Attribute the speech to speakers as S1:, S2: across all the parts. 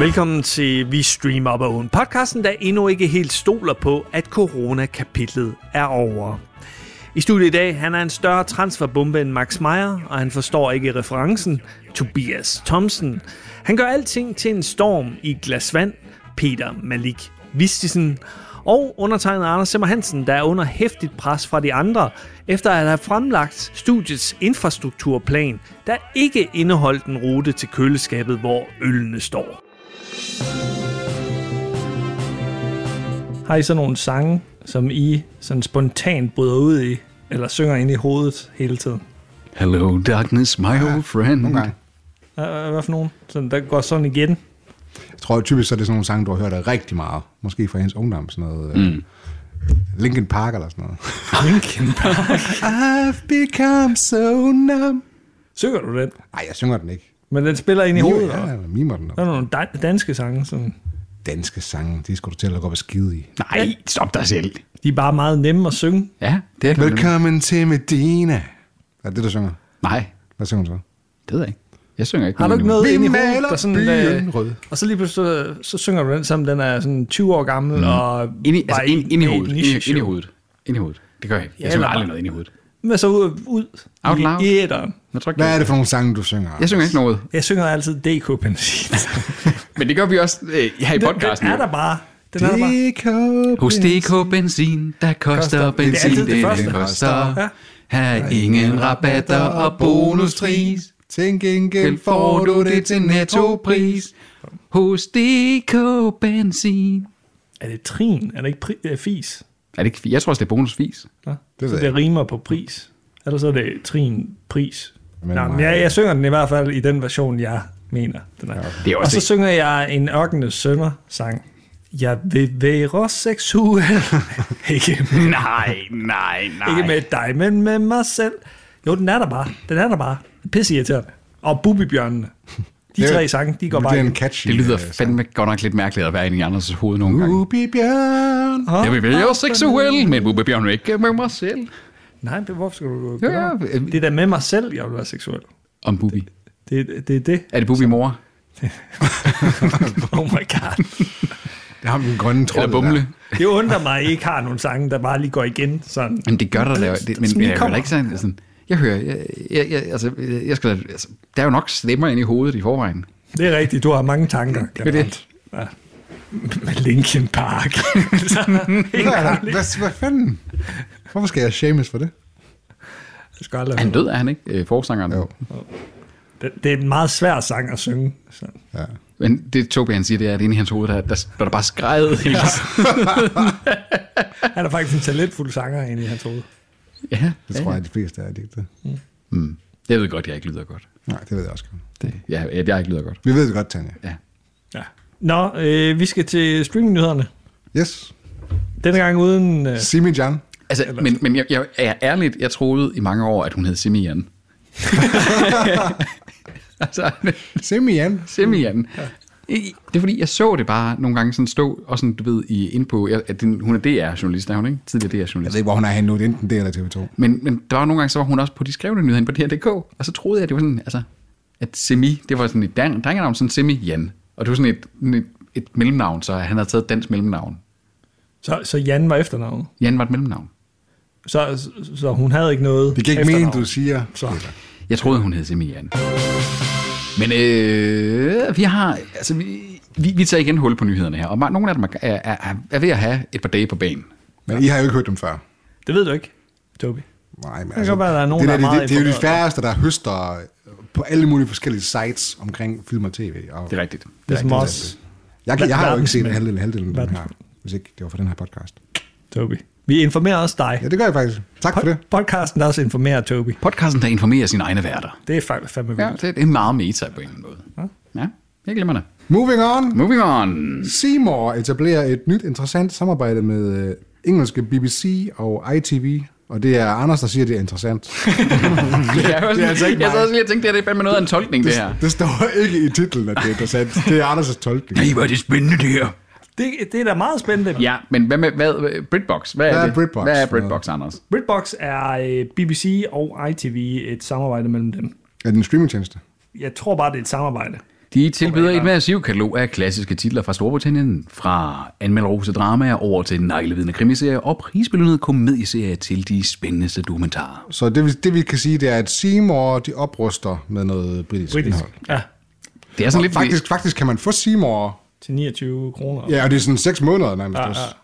S1: Velkommen til Vi Streamer Op Oven, podcasten, der endnu ikke helt stoler på, at corona-kapitlet er over. I studiet i dag, han er en større transferbombe end Max Meyer, og han forstår ikke referencen, Tobias Thomsen. Han gør alting til en storm i et glas vand, Peter Malik Vistisen, og undertegnet Anders Simmer Hansen, der er under hæftigt pres fra de andre, efter at have fremlagt studiets infrastrukturplan, der ikke indeholdt en rute til køleskabet, hvor ølene står. Har I sådan nogle sange, som I sådan spontant bryder ud i, eller synger ind i hovedet hele tiden?
S2: Hello darkness, my old friend.
S3: Nogle gange.
S1: Hvad hvad for nogen? Sådan, der går sådan igen?
S3: Jeg tror typisk, så er det sådan nogle sange, du har hørt rigtig meget. Måske fra hendes ungdom, sådan noget. Mm. Linkin Park eller sådan noget.
S1: Linkin Park.
S3: I've become so numb.
S1: Synger du den?
S3: Nej, jeg synger den ikke.
S1: Men den spiller ind i hovedet.
S3: ja,
S1: Ja.
S3: jeg mimer den.
S1: Der er nogle dan- danske sange, sådan.
S3: Danske sange, de skal du til at gå på skide i.
S2: Nej, stop dig selv.
S1: de er bare meget nemme at synge.
S2: Ja, det er det.
S3: Velkommen til Medina. Er det det, du synger?
S2: Nej,
S3: Hvad synger du så?
S2: det ved jeg ikke. Jeg synger ikke.
S1: Har du ikke noget
S3: Vi
S1: ind i hovedet,
S3: maler
S1: der sådan...
S3: byen
S1: øh,
S3: rød.
S1: Og så lige pludselig, så, så synger du den sammen, den er sådan 20 år gammel, mm. og...
S2: Ind i, altså,
S1: bare
S2: ind, ind i
S1: med et
S2: hovedet. Ind, i-
S1: nicheshow.
S2: ind i hovedet. Ind i hovedet. Det gør jeg ikke. Jeg
S1: Ja,
S2: synger
S1: eller
S2: aldrig
S1: bare-
S2: noget ind i hovedet.
S1: Men så ud, ud
S2: Out loud.
S1: i æderen.
S2: Men tryk
S3: Hvad er
S2: det?
S3: det for nogle sange, du synger?
S2: Jeg synger ikke noget.
S1: Jeg synger altid DK Benzin.
S2: Men det gør vi også øh, her i podcasten.
S1: Den, den
S2: jo.
S1: er der bare. Den er der bare.
S3: DK.
S2: Hos DK Benzin, der koster benzin,
S1: altid det
S2: det,
S1: første.
S2: det koster.
S1: Ja.
S2: Her er ingen rabatter og bonustris.
S3: Tænk gengæld
S2: Gæld får du det til nettopris. Hos DK Benzin.
S1: Er det trin? Er det ikke pri- øh, fis?
S2: Er det ikke, jeg tror også, det er bonusvis.
S1: Nå?
S3: ved
S1: så
S3: jeg
S1: det rimer på pris. Eller så er det trin, pris.
S3: Men
S1: Nå,
S3: mig-
S1: men jeg, jeg synger den i hvert fald i den version, jeg mener. Den er.
S2: Det er
S1: Og
S2: også
S1: så synger jeg en ørkenes sønder sang. Jeg vil være seksuel. ikke, med,
S2: Nej, nej, nej.
S1: ikke med dig, men med mig selv. Jo, den er der bare. Den er der bare. Pisse irriterende. Og Bubibjørnene. De
S3: Det er-
S1: tre sange, de går
S3: Det
S1: bare
S3: er en
S1: igen.
S3: catchy.
S2: Det lyder
S3: øh, sang.
S2: fandme godt nok lidt mærkeligt at være inde i Anders' hoved nogle gange.
S3: Ubi Bjørn.
S2: Jeg vil være seksuel, men Bubbe Bjørn vil ikke med mig selv.
S1: Nej, men hvorfor skal du
S2: Ja,
S1: gøre ja,
S2: ja.
S1: Det er da med mig selv, jeg vil være seksuel.
S2: Om Bubi.
S1: Det, det er det.
S2: Er det Bubi mor?
S1: Oh my god.
S3: Det er ham den grønne
S2: Eller
S3: tråd.
S2: Bumle?
S1: Det undrer mig, at I ikke har nogle sange, der bare lige går igen. Sådan.
S2: Jamen det gør der da. Det, men,
S1: Sådan,
S2: men
S1: de
S2: jeg
S1: kommer.
S2: vil ikke sådan, sådan jeg hører, jeg, jeg, jeg, altså, jeg skal, da- altså, der er jo nok stemmer inde i hovedet i forvejen.
S1: Det er rigtigt, du har mange tanker.
S2: er det.
S1: Gerard. Ja. Med Linkin Park. Sådan, helt
S3: Hvad, er der-
S1: ærligt.
S3: hvad, hvad fanden? Hvorfor skal jeg shames for det?
S1: Jeg skal aldrig
S2: Han
S1: høre.
S2: død er han ikke, øh, forsangeren.
S3: Jo.
S1: det, det er en meget svær sang at synge. Så.
S3: Ja.
S2: Men det Tobi han siger, det er, at inde i hans hoved, der, der, der, der bare skrejet hele tiden.
S1: Han er faktisk en talentfuld sanger inde i hans hoved.
S2: Ja,
S3: Det
S2: ja,
S3: tror
S2: ja.
S3: jeg, de fleste er digte.
S2: Mm. Jeg ved godt, jeg ikke lyder godt.
S3: Nej, det ved jeg også godt.
S2: Det, ja, jeg, jeg ikke lyder godt.
S3: Vi ved det godt, Tanja.
S2: Ja.
S1: Ja. Nå, øh, vi skal til streamingnyhederne.
S3: Yes.
S1: Denne gang uden... Øh,
S3: Simi Jan.
S2: Altså, men, men jeg, jeg, jeg er ærligt, jeg troede i mange år, at hun hed Simian. altså,
S3: Simi Jan.
S2: Simian. I- Det er fordi, jeg så det bare nogle gange sådan stå, og sådan, du ved, i, ind på, jeg- at den, hun er DR-journalist, er hun ikke? Tidligere
S3: Jeg
S2: DR-journalist.
S3: ved ikke, hvor hun er henne nu. Det er enten det eller TV2.
S2: Men, men der var nogle gange, så var hun også på de skrevne nyheder inde på DR.dk, og så troede jeg, at det var sådan, altså, at Semi, det var sådan et dan- drengenavn, sådan Semi Jan. Og det var sådan et, sådan et, et mellemnavn, så han havde taget dansk mellemnavn.
S1: så, så Jan var efternavnet.
S2: Jan var et mellemnavn.
S1: Så, så, så hun havde ikke noget
S3: Det kan ikke mene,
S1: efternavn.
S3: du siger.
S1: Så.
S2: Jeg troede, hun hed Semian. Men øh, vi har, altså vi, vi, vi tager igen hul på nyhederne her, og ma- nogle af dem er, er, er, er ved at have et par dage på banen.
S3: Men I har jo ikke hørt dem før.
S1: Det ved du ikke, Tobi.
S3: Nej, men altså,
S1: kan godt være, der er nogen,
S3: det,
S1: der er
S3: det,
S1: meget
S3: det, det, er jo de
S1: informeret.
S3: færreste, der høster øh, på alle mulige forskellige sites omkring film og tv. Og
S2: Det er rigtigt.
S1: Det er som
S3: rigtigt,
S1: os,
S3: jeg, kan, jeg har jo ikke set
S1: Verdensmænd.
S3: en halvdel, halvdelen af den her,
S1: Verdensmænd.
S3: hvis ikke det var for den her podcast.
S1: Tobi. Vi informerer også dig.
S3: Ja, det gør jeg faktisk. Tak for det.
S1: Pod- podcasten der også informerer Tobi.
S2: Podcasten, der informerer sine egne værter.
S1: Det er fa- fandme vildt.
S2: Ja, det er meget meta på en eller anden måde. Ja, jeg glemmer det.
S3: Moving on.
S2: Moving on.
S3: Seymour etablerer et nyt interessant samarbejde med øh, engelske BBC og ITV, og det er Anders, der siger, at det er interessant.
S2: Jeg, var
S3: det er altså ikke
S2: jeg sad
S3: mig.
S2: også lige og tænkte, det her, det er fandme noget af en tolkning, det her.
S3: Det står ikke i titlen, at det er interessant. Det er Anders' tolkning.
S2: Nej, hvor er det spændende, det her.
S1: Det, det er da meget spændende.
S2: Ja, men hvad med hvad, Britbox? Hvad,
S3: Hvad
S2: er
S3: er
S2: det?
S3: Britbox?
S2: Hvad er Britbox, Anders?
S1: BritBox er øh, BBC og ITV et samarbejde mellem dem.
S3: Er det en streamingtjeneste?
S1: Jeg tror bare, det er et samarbejde.
S2: De tilbyder et massivt katalog af klassiske titler fra Storbritannien, fra anmelderose dramaer over til neglevidende krimiserier og prisbelønnede komedieserier til de spændendeste dokumentarer.
S3: Så det, vi- det vi kan sige, det er, at Seymour, de opruster med noget britisk, britisk.
S1: Britisk. Ja,
S3: indhold.
S2: Det er sådan lidt...
S3: Faktisk, faktisk kan man få Seymour,
S1: til 29 kroner.
S3: ja, og det er sådan 6 måneder nærmest ja, ja. også.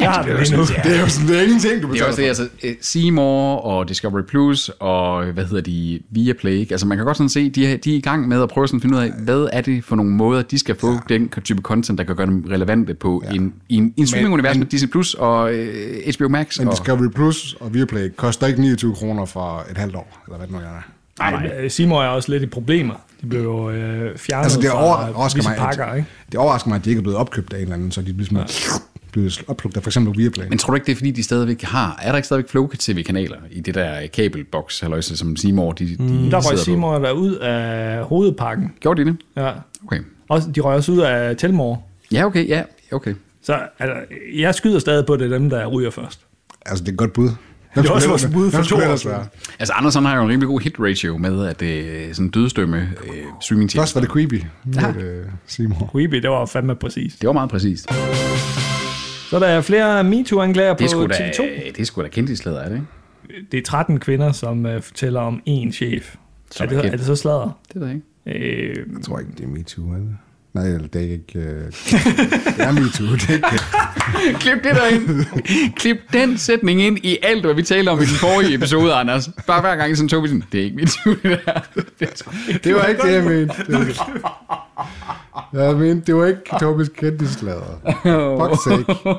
S1: Jeg har det lige nu.
S3: Det er jo sådan, det er ingenting, du
S2: Det er
S3: betaler
S2: også det,
S3: for.
S2: altså øh, Seymour og Discovery Plus og, hvad hedder de, Viaplay, ikke? altså man kan godt sådan se, de, er- de er i gang med at prøve sådan at finde ud af, hvad er det for nogle måder, de skal få ja. den type content, der kan gøre dem relevante på ja. en, i en, i en streamingunivers med Disney Plus og øh, HBO Max.
S3: Men
S2: og,
S3: Discovery Plus og Viaplay koster ikke 29 kroner for et halvt år, eller hvad det nu er.
S1: Nej, øh, Simon er også lidt i problemer. De blev jo øh, fjernet
S3: Altså, det
S1: fra
S3: overrasker
S1: visse
S3: mig, Mm,
S1: pakker,
S3: at,
S1: ikke?
S3: det overrasker mig, at de ikke er blevet opkøbt af en eller anden, så de bliver sådan blevet opkøbt af for eksempel Viaplay.
S2: Men tror du ikke, det er fordi, de stadigvæk har... Er der ikke stadigvæk Flow TV-kanaler i det der kabelboks, halløjse, som Seymour, de, de mm,
S1: Der røg Simon der ud af hovedpakken.
S2: Gjorde de det?
S1: Ja.
S2: Okay.
S1: Også, de røg også ud af Telmore.
S2: Ja, okay, ja, okay.
S1: Så altså, jeg skyder stadig på, at det er dem, der ryger først.
S3: Altså, det er et godt bud. Hvem
S1: Det er også
S3: skulle
S1: vores
S3: ellers-
S1: bud for
S3: hvem skulle
S1: to år
S3: ellers
S1: siden.
S3: være?
S2: Altså, Andersen har jo en rimelig god hit ratio med, at øh, sådan dødstømme øh, streaming
S3: Først var det creepy. Nu er det øh, Seymour.
S1: Creepy, det var fandme præcis.
S2: Det var meget præcist.
S1: Så der er flere MeToo-anklager på
S2: Det er sgu da,
S1: TV2.
S2: det er sgu da kendtislader, er det ikke?
S1: Det er 13 kvinder, som øh, fortæller om én chef.
S2: Som
S1: Er det,
S2: er kendt.
S1: er det så sladder?
S2: Det ved jeg ikke.
S1: Øh,
S3: Jeg tror ikke, det er MeToo, er det? Nej, eller det er ikke... øh, det er MeToo, det er ikke...
S2: Klip det derind. Klip den sætning ind i alt, hvad vi taler om i den forrige episode, Anders. Bare hver gang sådan tog vi sådan, det er ikke mit tvivl, det der. Det er sgu ikke.
S3: Det var ikke det, jeg mente. Det var- Jeg mente, det var ikke Tobis kendtislader. Fuck sake.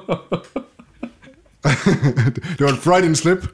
S3: det var en Freudian slip.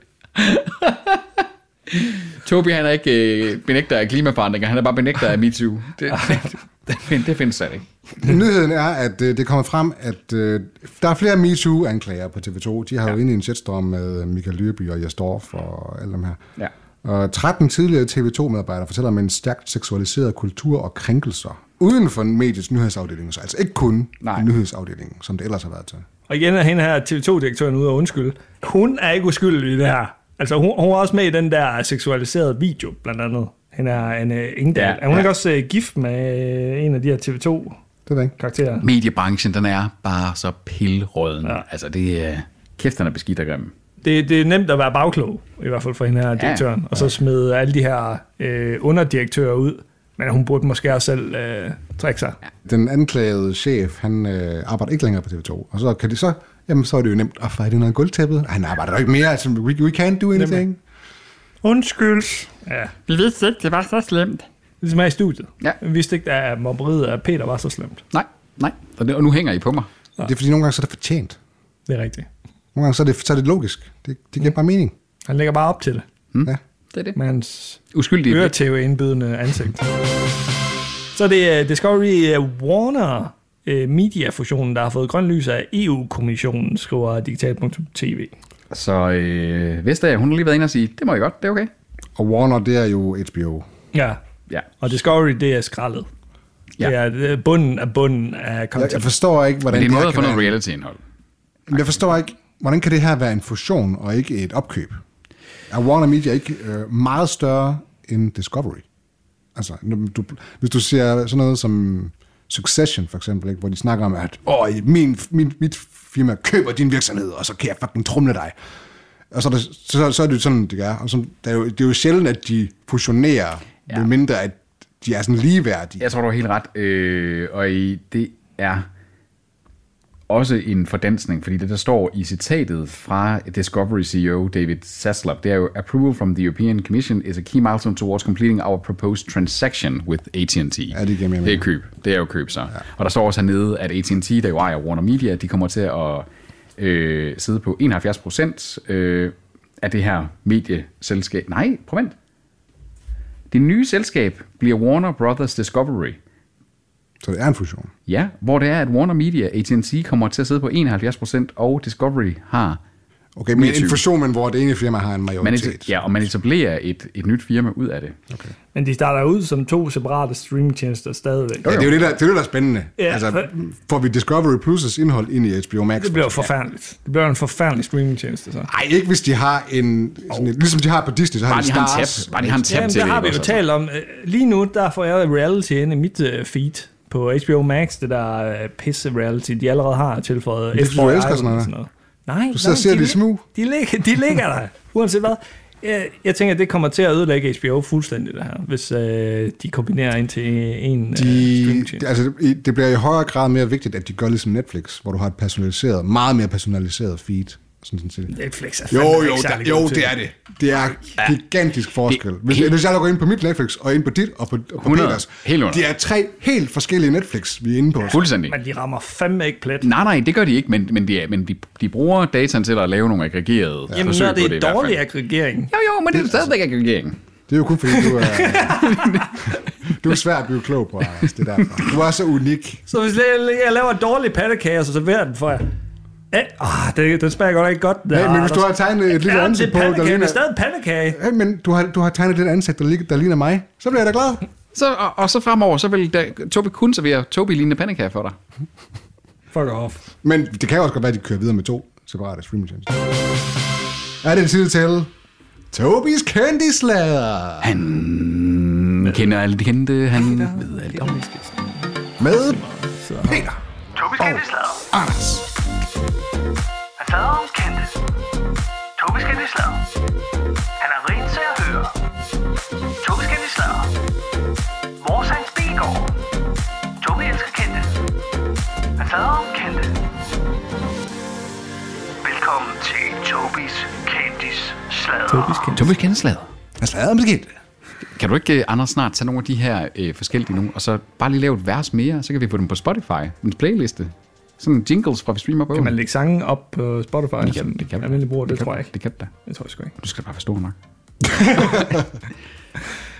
S2: Tobi, han er ikke øh, benægter af klimaforandringer, han er bare benægter af MeToo. Det, det, det, find- det findes slet ikke.
S3: Nyheden er, at øh, det kommer frem, at øh, der er flere MeToo-anklager på TV2. De har jo ja. inde i en shitstorm med Michael Lyrby og Jastorf og alle dem her.
S2: Ja.
S3: Og 13 tidligere TV2-medarbejdere fortæller om en stærkt seksualiseret kultur og krænkelser uden for mediets nyhedsafdeling. Så altså ikke kun
S2: Nej.
S3: Nej. nyhedsafdelingen, som det ellers har været til.
S1: og igen er hende her, TV2-direktøren, ude og undskylde. Hun er ikke uskyldig i det her. Altså, hun, hun var også med i den der seksualiserede video, blandt andet. Hende er Anne Engdahl.
S2: Ja,
S1: Ja, er hun
S2: ja.
S1: ikke også øh, gift med øh, en af de her TV2-karakterer?
S3: Det er det ikke.
S2: Mediebranchen, den er bare så pillerøden. Ja.
S1: Ja.
S2: Altså, det er... Kæft, den er beskidt og grim.
S1: det, det er nemt at være bagklog, i hvert fald for hende her direktøren, ja. og så smide alle de her øh, underdirektører ud. Men hun burde måske også selv øh, trække sig. Ja.
S3: Den anklagede chef, han øh, arbejder ikke længere på TV2. Og så kan de så, jamen så er det jo nemt at fejde under gulvtæppet. Han arbejder jo ikke mere, altså we, we can't do anything. Nemlig.
S1: Undskyld. Ja,
S2: Vi vidste ikke, det var så slemt.
S1: ligesom her i studiet.
S2: Ja.
S1: Vi vidste ikke, at mobberiet af Peter var så slemt.
S2: Nej, nej. Og, det, og nu hænger I på mig.
S3: Det er fordi, nogle gange så er det fortjent.
S1: Det er rigtigt.
S3: Nogle gange så er det, så er det logisk. Det, det giver bare mening.
S1: Han lægger bare op til det,
S3: Mm. Ja.
S2: Det er det.
S1: med hans
S2: Uskyldige blik.
S1: øretæve indbydende ansigt. Så det er Discovery øh, Warner øh, Media-fusionen, der har fået grøn lys af EU-kommissionen, skriver digital.tv.
S2: Så øh, Vestager, hun har lige været inde og sige, det må I godt, det er okay.
S3: Og Warner, det er jo HBO.
S1: Ja,
S2: Ja.
S1: Og Discovery, det er skraldet.
S2: Ja.
S1: Ja. Det er det er øh, bunden af bunden af
S3: Jeg, jeg
S1: content.
S3: forstår ikke,
S2: Men
S3: hvordan
S2: det er en måde at
S3: her
S2: få
S3: kan
S2: noget
S3: være,
S2: reality-indhold.
S3: Men jeg forstår ikke, hvordan kan det her være en fusion og ikke et opkøb? Er Warner Media ikke øh, meget større end Discovery? Altså, nu- du, hvis du ser sådan noget som Succession for eksempel, ikke, hvor de snakker om, at Åh, min, min, mit firma køber din virksomhed, og så kan jeg fucking trumle dig. Og så er, det, så, så er det jo sådan, det er. Og så, det, er jo, det er jo sjældent, at de fusionerer,
S2: Ja.
S3: ja. medmindre at de er sådan ligeværdige.
S2: Jeg tror, du har helt ret. Øh, og i, det er også en fordansning, fordi det, der står i citatet fra Discovery CEO David Zaslav, det er jo, Approval from the European Commission is a key milestone towards completing our proposed transaction with AT&T.
S3: Ja, det giver mening.
S2: Det er køb. Det er jo køb, så. Ja. Og der står også hernede, at AT&T, der jo ejer Warner Media, de kommer til at øh, sidde på 71 procent øh, af det her medieselskab. Nej, prøv vent. Det nye selskab bliver Warner Brothers Discovery.
S3: Så det er en fusion.
S2: Ja, hvor det er, at Warner Media, AT&T kommer til at sidde på 71%, og Discovery har
S3: Okay, men
S2: 29.
S3: en fusion, men hvor det ene firma har en
S2: Man
S3: majoritet.
S2: et, ja, og man etablerer et, et nyt firma ud af det.
S1: Men de starter ud som to separate streamingtjenester stadigvæk.
S3: Ja, det er jo det, der, det er det, der er spændende.
S1: Ja,
S3: Ja, altså,
S1: for-
S3: får vi Discovery Plus' indhold ind i HBO Max?
S1: Det bliver jo forfærdeligt. Det bliver en forfærdelig streamingtjeneste, så.
S3: Nej, ikke hvis de har en... Sådan et, ligesom de har på Disney, så har
S2: Bare
S3: de
S2: de har en
S3: Stars.
S2: tab, bare de har en tab
S1: Jamen,
S2: til
S1: det har vi
S2: ikke
S1: jo
S2: også? altså.
S1: talt om. Øh, Lige nu, der får jeg reality ind i mit øh, feed på HBO Max, det der øh, pisse reality, de allerede har tilføjet.
S3: det synes
S1: F-Boy
S3: du elsker
S1: Island
S3: sådan noget.
S1: og noget. Nej,
S3: Du sidder
S1: nej,
S3: og ser
S1: de
S3: de
S1: lig-
S3: smug.
S1: De ligger, de ligger der, uanset hvad. Jeg, jeg tænker, at det kommer til at ødelægge HBO fuldstændig, det her, hvis øh, de kombinerer ind til en øh,
S3: De,
S1: streamingtjeneste.
S3: det, altså, i- det bliver i højere grad mere vigtigt, at de gør ligesom Netflix, hvor du har et personaliseret, meget mere personaliseret feed. Sådan, sådan set.
S1: Netflix er
S3: Jo,
S1: fandme
S3: jo,
S1: ikke
S3: der,
S1: særlig
S3: jo,
S1: god til
S3: det er det. Det er gigantisk forskel. Hvis,
S2: helt-
S3: hvis jeg logger ind på mit Netflix, og ind på dit, og på, og på
S2: 100,
S3: Peters,
S2: helt under.
S3: de er tre helt forskellige Netflix, vi er inde på.
S2: Fuldstændig.
S1: Men de rammer fandme ikke plet.
S2: Nej, nej, det gør de ikke, men, men, de, men de, de bruger dataen til at lave nogle aggregerede ja.
S1: Jamen,
S2: forsøg
S1: når
S2: på
S1: det
S2: det
S1: er
S2: i hvert
S1: dårlig
S2: fald.
S1: aggregering,
S2: Jo, jo, men det er stadigvæk aggregering.
S3: Det er jo kun fordi, du er... du er svær at blive klog på, Anders, det er derfor. Du er så unik.
S1: Så hvis jeg, jeg laver en dårlig pandekage, så serverer jeg den for jer. Eh, ah, det, den smager godt ikke godt. Ah, Der,
S3: Ja, men hvis du har
S1: Anders.
S3: tegnet et lille
S1: ja,
S3: ansigt
S1: det
S3: på,
S1: er
S3: der
S1: pandekage, det
S3: ligner-
S1: er stadig pandekage.
S3: Hey, men du har, du har tegnet den ansigt, der, lig- der ligner mig. Så bliver jeg da glad.
S2: Så, og, og så fremover, så vil da, Tobi kun servere Tobi-lignende pandekager for dig.
S1: Fuck off.
S3: Men det kan jo også godt være, at de kører videre med to separate streamingtjenester. Er det tid til Tobis Candyslader
S2: Han kender alle de kendte, han ved alt om.
S3: med Peter
S4: Tobis kendtislader.
S3: Anders.
S4: Han fader om kendte. Tobis kendtislader. Han er rent til at høre. Tobis kendtislader. Mors hans bilgård. Tobi elsker kendte. Han fader om kendte. Velkommen til Tobis kendtislader. Tobis
S2: Tobi kendeslaget.
S3: Han slader med skidt.
S2: Kan du ikke, eh, Anders, snart tage nogle af de her øh, forskellige nu, og så bare lige lave et vers mere, så kan vi få dem på Spotify, en playliste. Sådan jingles fra vi streamer på.
S1: Kan man lægge sangen op på Spotify?
S2: det kan, det kan,
S1: Jeg vil bruge det,
S2: kan,
S1: tror jeg ikke.
S2: Det kan da.
S1: Det tror jeg sgu ikke.
S2: Du skal bare forstå nok.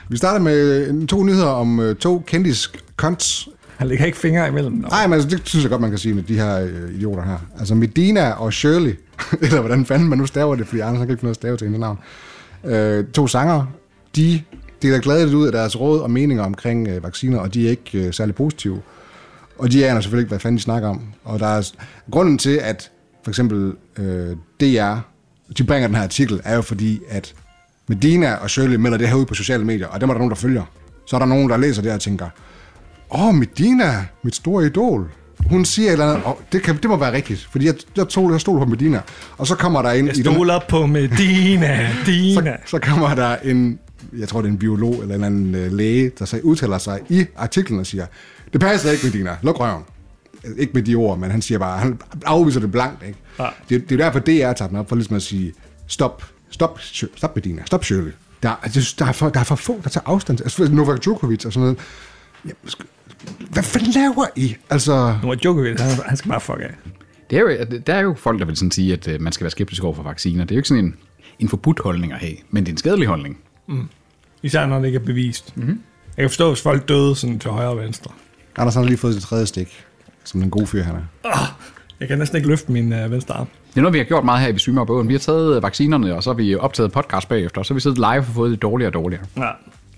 S3: Vi starter med øh, to nyheder om øh, to kendis cons.
S1: Han lægger ikke fingre imellem. Nå.
S3: Nej, men altså, det synes jeg godt, man kan sige med de her øh, idioter her. Altså Medina og Shirley, eller hvordan fanden man nu staver det, fordi Anders han kan ikke finde ud af at stave til hendes navn. Øh, to sanger, de deler gladeligt ud af deres råd og meninger omkring øh, vacciner, og de er ikke øh, særlig positive. Og de aner selvfølgelig ikke, hvad fanden de snakker om. Og der er grunden til, at for eksempel øh, DR, de bringer den her artikel, er jo fordi, at Medina og Shirley melder det her ud på sociale medier, og dem er der nogen, der følger. Så er der nogen, der læser det her og tænker, åh, oh, Medina, mit store idol. Hun siger et eller andet, oh, det, kan, det må være rigtigt, fordi jeg, jeg, tog, jeg stod på Medina. Og så kommer der en...
S1: Jeg
S3: i den-
S1: stoler på med Dina, Dina.
S3: så, så kommer der en, jeg tror det er en biolog eller en eller anden øh, læge, der så udtaler sig i artiklen og siger, det passer ikke med Dina, luk røven. Altså, Ikke med de ord, men han siger bare, han afviser det blankt. Ikke?
S1: Ja.
S3: Det, det, er jo derfor, DR tager den op, for ligesom at sige, stop, stop, Sjø- stop med Dina, stop Shirley. Der, er- altså, der, er for, der er for få, der tager afstand. til- Altså, Novak Djokovic og sådan noget. Jamen, sk- hvad fanden laver I? Altså,
S1: Nu er Djokovic, han, han skal bare fuck af.
S2: Det er jo, der er jo folk, der vil sådan sige, at øh, man skal være skeptisk over for vacciner. Det er jo ikke sådan en, en forbudt holdning at have, men det er en skadelig holdning.
S1: Især når det ikke er bevist.
S3: Mhm.
S1: Mm-hmm. Jeg kan forstå, hvis folk døde sådan til højre og venstre.
S3: Anders han har lige fået sit tredje stik, som den gode fyr han er.
S1: Jeg kan næsten ikke løfte min øh, venstre arm.
S2: Det er noget, vi har gjort meget her i Besvimer og Bogen. Vi har taget øh, vaccinerne, og så har vi optaget podcast bagefter, og så har vi siddet live og fået det dårligere og dårligere.
S1: Ja.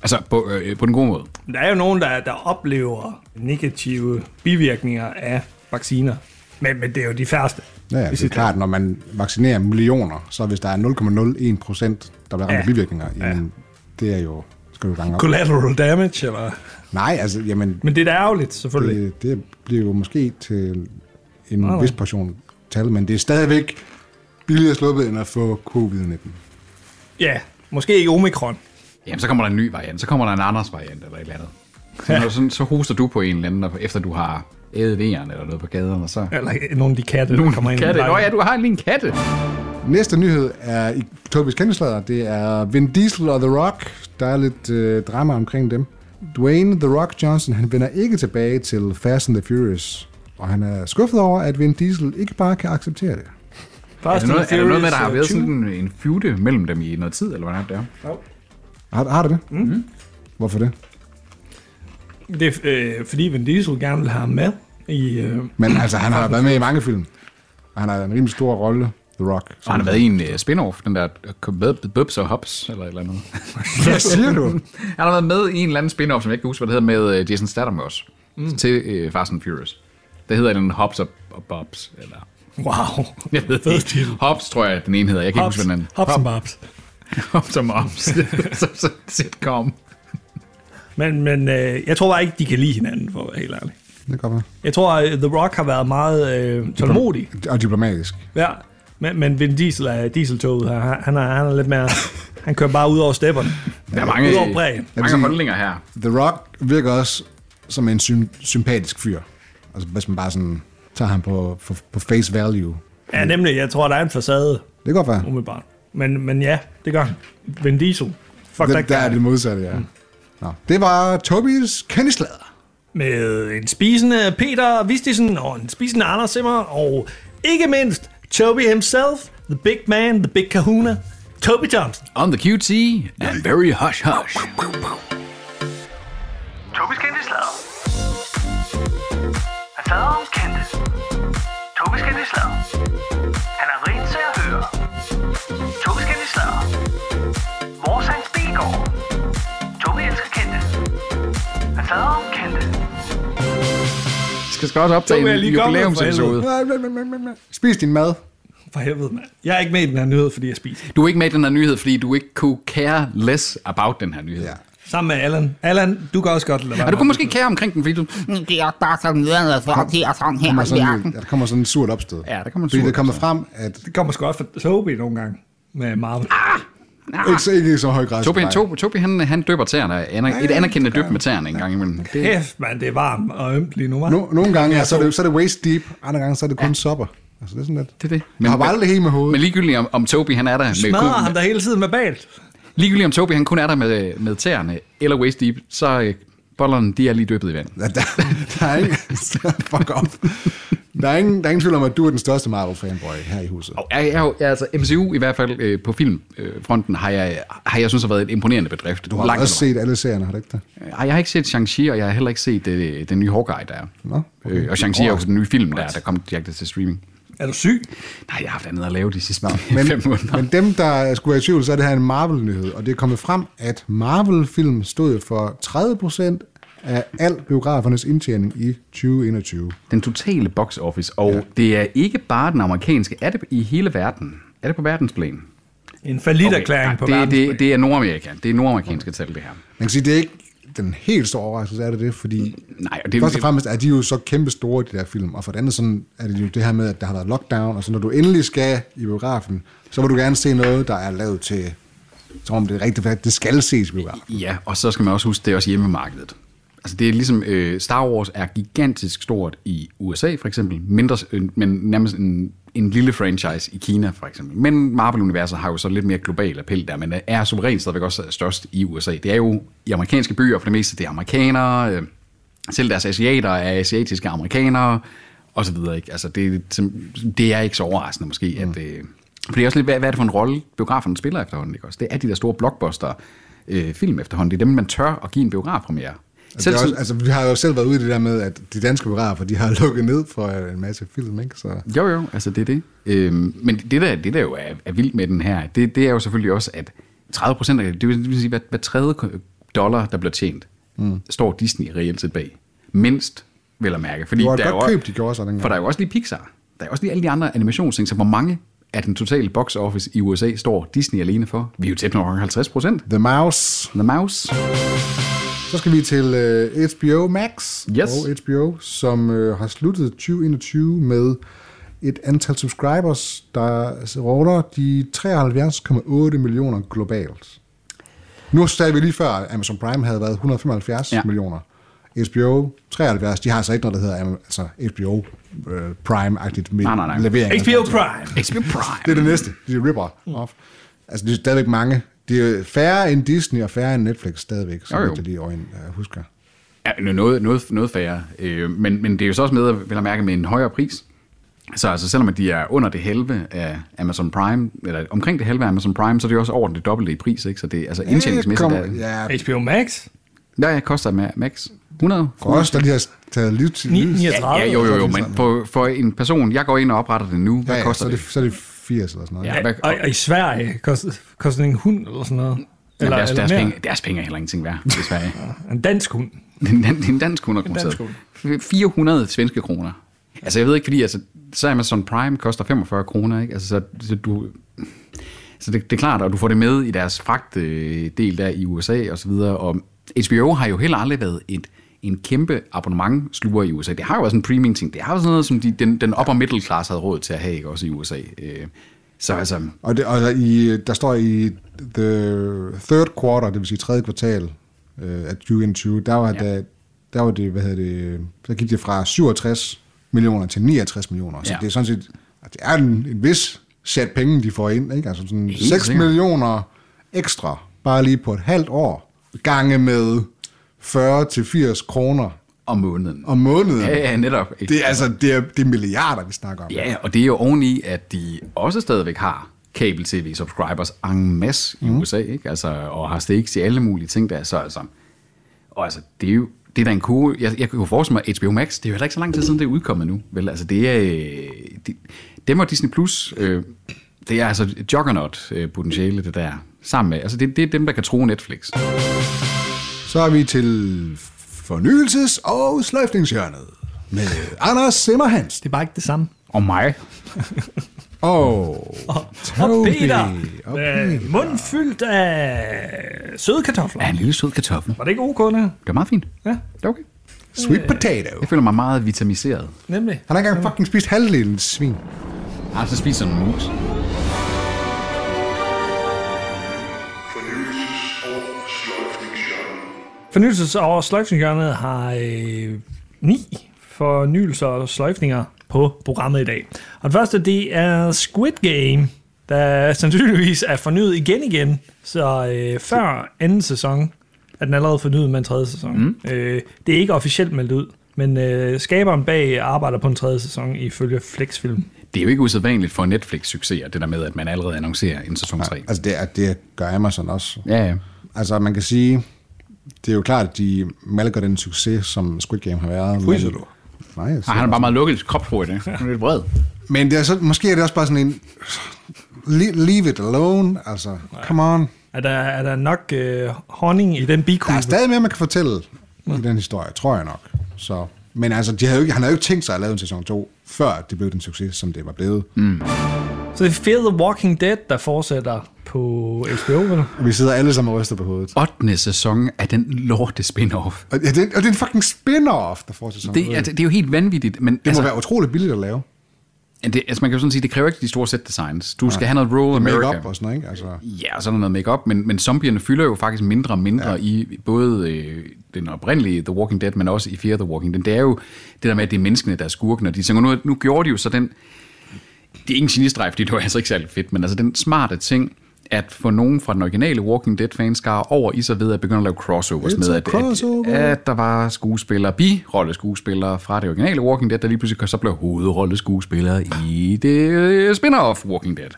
S2: Altså på, øh, på den gode måde.
S1: Der er jo nogen, der, der oplever negative bivirkninger af vacciner. Men, men det er jo de færreste.
S3: Ja, ja,
S1: I
S3: det er
S1: sidste
S3: klart, når man vaccinerer millioner, så hvis der er 0,01 procent, der bliver ramt af
S1: Ja.
S3: bivirkninger, jamen, det er jo... Skal du gange op?
S1: Collateral damage, eller...
S3: Nej, altså, jamen,
S1: Men det er da ærgerligt, selvfølgelig.
S3: det, det bliver jo måske til en
S1: nej.
S3: vis portion tal, men det er stadigvæk billigere sluppet, end at få covid-19.
S1: Ja, måske ikke omikron.
S2: Jamen, så kommer der en ny variant. Så kommer der en Anders variant eller et eller andet. Så, når, så, så hoster du på en eller anden, og efter du har ædet vejeren eller noget på gaden, og så...
S1: Eller nogle af de katte, der kommer ind. i
S2: Katte.
S1: bakken.
S2: Nå ja, du har lige en katte.
S3: Næste nyhed er i Tobis kendtislader. Det er Vin Diesel og The Rock. Der er lidt øh, drama omkring dem. Dwayne The Rock Johnson, han vender ikke tilbage til Fast and the Furious. Og han er skuffet over, at Vin Diesel ikke bare kan acceptere det.
S2: Er
S1: Fast
S2: der
S1: and
S2: noget, er der noget med, der har
S1: Furious,
S2: været
S1: øh,
S2: sådan en, en feud mellem dem i noget tid, eller hvordan det er?
S3: Har, har du det? Mm-hmm. Hvorfor det?
S1: 20. Det er øh, fordi Vin Diesel gerne vil have ham med i... Øh,
S3: Men altså, han har været med i mange film. Og han har en rimelig stor rolle. The Rock.
S2: Og han har været i en øh, spin-off, den der øh, Bub- Bubs og Hops, eller et eller andet.
S3: Hvad siger du?
S2: Han har været med i en eller anden spin-off, som jeg ikke kan huske, hvad det hedder, med øh, Jason Statham også, mm. til øh, Fast and Furious. Det hedder den Hops og, og Bobs, eller...
S1: Wow.
S2: Jeg ved det ikke. Hops, tror jeg, den ene hedder. Jeg kan
S1: Hops,
S2: ikke huske, hvad den
S1: hops and bobs.
S2: Hops og Mops. så, så sitcom.
S1: Men, men øh, jeg tror bare ikke, de kan lide hinanden, for at være helt ærlig.
S3: Det kan godt være.
S1: Jeg tror, at The Rock har været meget øh, tålmodig.
S3: Og diplomatisk.
S1: Ja. Men, men Vin Diesel er dieseltoget. her. Han, han, er, han er lidt mere... Han kører bare ud over stepperne.
S2: Der er mange,
S1: Udover bræen.
S3: Jeg vil sige-
S2: mange holdninger her.
S3: The Rock virker også som en sym- sympatisk fyr. Altså hvis man bare sådan tager ham på, på, på face value.
S1: Ja, nemlig. Jeg tror, der er en facade,
S3: Det kan godt være.
S1: umiddelbart. Men, men ja, det gør han. Vin Diesel. Fuck
S3: Det,
S1: that
S3: der er
S1: guy.
S3: det modsatte, ja.
S2: Mm.
S3: Nå. Det var Tobis kendeslader.
S1: Med en spisende Peter Vistisen og en spisende Anders Simmer og ikke mindst Toby himself, the big man, the big kahuna, Toby Thompson.
S2: On the QT, and very hush hush.
S4: Tobis kendte slader. Han slader om kendte. Tobis kendte slader. Han er rent til at høre. Tobis kendte slader. Vores hans Bigård. Tobi elsker kendte. Han slader om kendte.
S2: Skal skal også optage
S1: Så vil jeg
S2: en
S1: lige komme med for helvede.
S2: jubilæumsepisode.
S3: Spis din mad.
S1: For helvede, mand. Jeg er ikke med i den her nyhed, fordi jeg spiser.
S2: Du er ikke med i den her nyhed, fordi du ikke kunne care less about den her nyhed.
S3: Ja.
S2: Ja.
S1: Sammen med Allan. Allan, du kan også godt lade være.
S2: Og du kunne måske care omkring den, fordi du...
S5: Det er også bare sådan noget, for det er sådan
S3: Der
S5: her
S3: kommer
S5: i
S3: sådan,
S5: verden.
S3: ja, der kommer sådan et surt opstød.
S2: Ja, der kommer et
S3: Fordi
S2: surt
S3: det kommer frem, at
S1: Det kommer sgu også fra Toby nogle gange med Marvel. Ah,
S3: ikke, så, ikke i så høj grad. som
S2: Tobi,
S3: dig.
S2: Tobi, Tobi han, han døber tæerne. Aner, et anerkendende dyb med tæerne en gang imellem. Det,
S1: Hæft, mand, det er varmt og ømt lige nu, hva'?
S3: No, nogle gange ja, så, er det, så er det waist deep, andre gange så er det kun ja. sopper. Altså det er sådan lidt.
S2: det er det.
S3: Men, har bare aldrig helt med hovedet.
S2: men ligegyldigt om, om Tobi han er der... Med,
S1: Smadrer ham
S2: kun,
S1: der hele tiden med balt.
S2: ligegyldigt om Tobi han kun er der med, med tæerne eller waist deep, så øh, bollerne de er lige døbet i vand.
S3: Ja, der, der, er ingen, fuck off. Der er, ingen, der er ingen tvivl om, at du er den største Marvel-fanboy her i huset.
S2: Og jeg, jeg, har jo- jeg, altså MCU i hvert fald øh, på filmfronten har jeg, har jeg synes har været et imponerende bedrift.
S3: Du har Langt
S2: Langt
S3: også
S2: hen
S3: set alle serierne, har du ikke det?
S2: ad vejen. Ej, jeg har ikke set Shang-Chi, og jeg har heller ikke set øh, den nye Hawkeye, der er.
S3: Nå, okay.
S2: Øh, og Shang-Chi er jo den nye film, der, er, der kom direkte til streaming.
S1: Er du syg?
S2: Nej, jeg har haft andet at lave de sidste men,
S3: Men,
S2: fem måneder.
S3: men dem, der skulle være i tvivl, så er det her en Marvel-nyhed. Og det er kommet frem, at Marvel-film stod for 30% af al biografernes indtjening i 2021.
S2: Den totale box office, og ja. det er ikke bare den amerikanske, er det i hele verden? Er det på verdensplan?
S1: En falit erklæring
S2: nej,
S1: på
S2: det,
S1: verdensplan.
S2: det, det er Nordamerika. Det er nordamerikanske tal, det her.
S3: Man kan sige, det er ikke den helt store overraskelse, er det det? Fordi
S2: Nej, og
S3: Det,
S2: det,
S3: Først og fremmest er de jo så kæmpe store, de der film, og for det andet sådan, er det jo det her med, at der har været lockdown, og så når du endelig skal i biografen, så vil du gerne se noget, der er lavet til, som om det er rigtigt, at det skal ses i biografen.
S2: Ja, og så skal man også huske, det er også hjemmemarkedet. Altså det er ligesom, øh, Star Wars er gigantisk stort i USA for eksempel, mindre, øh, men nærmest en, en lille franchise i Kina for eksempel. Men Marvel-universet har jo så lidt mere global appel der, men er suverænt stadigvæk også størst i USA. Det er jo i amerikanske byer, for det meste det er amerikanere, øh, selv deres asiater er asiatiske amerikanere, og så videre. Ikke? Altså det, det er ikke så overraskende måske, mm. at... Øh, for det er også lidt, hvad, hvad er det for en rolle biograferne spiller efterhånden? Ikke? Også det er de der store blockbuster øh, film efterhånden. Det er dem, man tør at give en biografpremiere.
S3: Altså,
S2: Selv,
S3: det er også,
S2: sådan-
S3: altså, vi har jo selv været ude i det der med, at de danske biografer, de har lukket ned for en masse film, ikke? Så
S2: Jo, jo, altså det er det. Øhm, men det der, det der jo er, er vildt med den her, det, det er jo selvfølgelig også, at 30 procent af det, det vil det vil sige, hvad, hvad tredje dollar, der bliver tjent, mm. står Disney reelt set bag. Mindst, vil jeg mærke. Fordi
S3: Det var et
S2: der er
S3: godt
S2: jo-
S3: køb, de gjorde så dengang.
S2: For der er jo også lige Pixar. Der er jo også lige alle de andre animationsting, så hvor mange af den totale box office i USA står Disney alene for? Vi er jo tæt på nok 50 procent.
S3: The Mouse.
S2: The Mouse.
S3: Så skal vi til uh, HBO Max
S2: Yes.
S3: og HBO, som uh, har sluttet 2021 med et antal subscribers, der runder de 73,8 millioner globalt. Nu sagde vi lige før, at Amazon Prime havde været 175
S2: Ja.
S3: ja. millioner. HBO 73, de har altså ikke noget, der hedder Am- altså HBO øh, Prime-agtigt med
S2: Nej, nej, nej.
S3: levering.
S1: HBO Prime.
S2: HBO Prime.
S3: Det er det næste. De ripper off.
S2: Mm.
S3: Altså, det er stadigvæk mange. Det er færre end Disney og færre end Netflix stadigvæk, så
S2: Jo, jo.
S3: vidt jeg lige øjen, øh, husker.
S2: Ja, nu- noget, noget, noget færre. Øh, men, men det er jo så også med, at- vel at mærke, med en højere pris. Så altså, selvom at de er under det halve af Amazon Prime, eller omkring det halve af Amazon Prime, så er det jo også over det dobbelte i pris, ikke? Så det er altså indtjeningsmæssigt.
S3: Ja,
S2: Ja,
S3: det kommer-
S2: ja.
S3: Ja,
S1: HBO Max.
S2: Der ja, koster ma- max 100
S3: for os, der lige har taget liv til
S1: Ni-
S2: Mm.
S3: livs-
S1: 39.
S2: Ja, jo, jo, jo, men for, for en person, jeg går ind og opretter det nu, hvad
S3: ja, ja,
S2: koster
S3: så er det,
S2: det?
S3: så er det 80 eller sådan noget.
S2: Ja,
S3: Ja.
S2: hvad,
S1: Og, og i Sverige kostede, kostede en hund eller sådan noget.
S2: eller,
S1: Eller,
S2: deres, deres,
S1: mere.
S2: penge, deres penge er heller ingenting værd, desværre.
S1: En dansk hund.
S2: Den, den, den dansk kroner kommer
S1: dansk
S2: til. 400 svenske kroner. Altså, jeg ved ikke, fordi altså, så Amazon Prime koster 45 kroner, ikke? Altså, så, så du... Så det, det er klart, og du får det med i deres fragtdel der i USA og så videre, og HBO har jo heller aldrig været et, en kæmpe abonnement sluger i USA. Det har jo også en premium ting. Det har jo sådan noget, som de, den, den upper middle class havde råd til at have, ikke? Også i USA. Øh, Så altså,
S3: Og, det, og der, i, der står i the third quarter, det vil sige tredje kvartal øh, af 2021, der var,
S2: Ja.
S3: ja. der, der var det, hvad hedder det, der gik det fra 67 millioner til 69 millioner. Så
S2: Ja.
S3: ja. det er sådan set, at det er en, en vis sæt penge, de får ind, ikke? Altså sådan 6
S2: sikkert.
S3: millioner ekstra, bare lige på et halvt år, gange med 40-80 kroner
S2: om måneden.
S3: om måneden.
S2: Ja, ja, netop. ikke?
S3: Det, er, altså, det, er, det er milliarder, vi snakker om.
S2: Ja, og det er jo oveni, at de også stadigvæk har kabel-tv-subscribers en masse i USA, ikke? Altså, og har stakes i alle mulige ting der, så altså... Og altså, det er jo det er da en kode. Jeg, jeg kunne jo forestille mig, at HBO Max, det er jo heller ikke så lang tid siden, det er udkommet nu. Vel, altså, det er... øh, De, dem og Disney Plus, øh, det er altså juggernaut-potentiale, det der sammen med. Altså, det, det er dem, der kan tro Netflix.
S3: Så er vi til fornyelses- og sløjfningshjørnet med Anders Simmer Hansen
S1: Det er bare ikke det samme.
S2: Og mig.
S3: og
S1: Og
S3: Toby.
S1: Peter,
S3: Og
S1: øh, munden fyldt af søde kartofler.
S2: Er en lille sød kartoffel.
S1: Var det ikke ok, det her?
S2: Det er meget fint.
S1: Ja,
S2: Det er okay.
S3: Sweet Potato.
S2: Jeg føler mig meget vitamiseret.
S1: nemlig.
S3: Han har ikke engang fucking spist halvdelen svin.
S2: Altså, spiser en mus.
S1: Fornyelses- og sløjfningshjørnet har øh, ni fornyelser og sløjfninger på programmet i dag. Og den første, det er Squid Game, der sandsynligvis er fornyet igen igen. Så øh, før anden sæson er den allerede fornyet med en tredje sæson. Mm. Øh, det er ikke officielt meldt ud, men øh, skaberen bag arbejder på en tredje sæson ifølge Flexfilm.
S2: Det er jo ikke usædvanligt for Netflix-succeser, det der med, at man allerede annoncerer en sæson 3.
S3: Altså, det, er, det gør Amazon også.
S2: Ja, ja.
S3: Altså, man kan sige, det er jo klart, at de malker den succes, som Squid Game har været.
S2: Fryser
S3: men-
S2: du?
S3: Nej, jeg
S2: Ej, Ah, han er bare meget lukket krop på det. Han er lidt vred.
S3: Men det er så, måske er det også bare sådan en, le- leave it alone, altså, come on.
S1: Er der, er der nok øh, honning i den
S3: Der er
S1: bikugle?
S3: stadig mere, man kan fortælle i den historie, tror jeg nok. Så, men altså, de havde jo ikke, han havde jo ikke tænkt sig at lave en sæson 2, før det blev den succes, som det var blevet. Mm.
S1: Så det er Fear the Walking Dead, der fortsætter på HBO, vel?
S3: Vi sidder alle sammen og ryster på hovedet.
S2: 8. sæson af den lorte spin-off.
S3: Og, ja, det, og det er en fucking spin-off, der får sæson
S2: Det, er, det er jo helt vanvittigt, men
S3: det må
S2: altså,
S3: være utroligt billigt at lave.
S2: det, altså, man kan jo sådan sige, det kræver ikke de store set designs. Du skal have noget Rural America.
S3: Make-up og sådan noget, ikke? Altså,
S2: Ja, og så er der noget makeup, men, men zombierne fylder jo faktisk mindre og mindre ja. i både øh, den oprindelige The Walking Dead, men også i Fear the Walking Dead. Det er jo det der med, at det er menneskene, der er skurken, og de tænker, nu, nu gjorde de jo så den, det er ikke en genistreg, fordi det var altså ikke særlig fedt, men altså den smarte ting, at få nogen fra den originale Walking Dead fanskare over i sig ved at begynde at lave crossovers
S3: It's
S2: med,
S3: a
S2: at,
S3: crossover.
S2: at, at der var skuespillere, birolleskuespillere fra det originale Walking Dead, der lige pludselig så blev hovedrolleskuespillere i det øh, spin-off Walking Dead.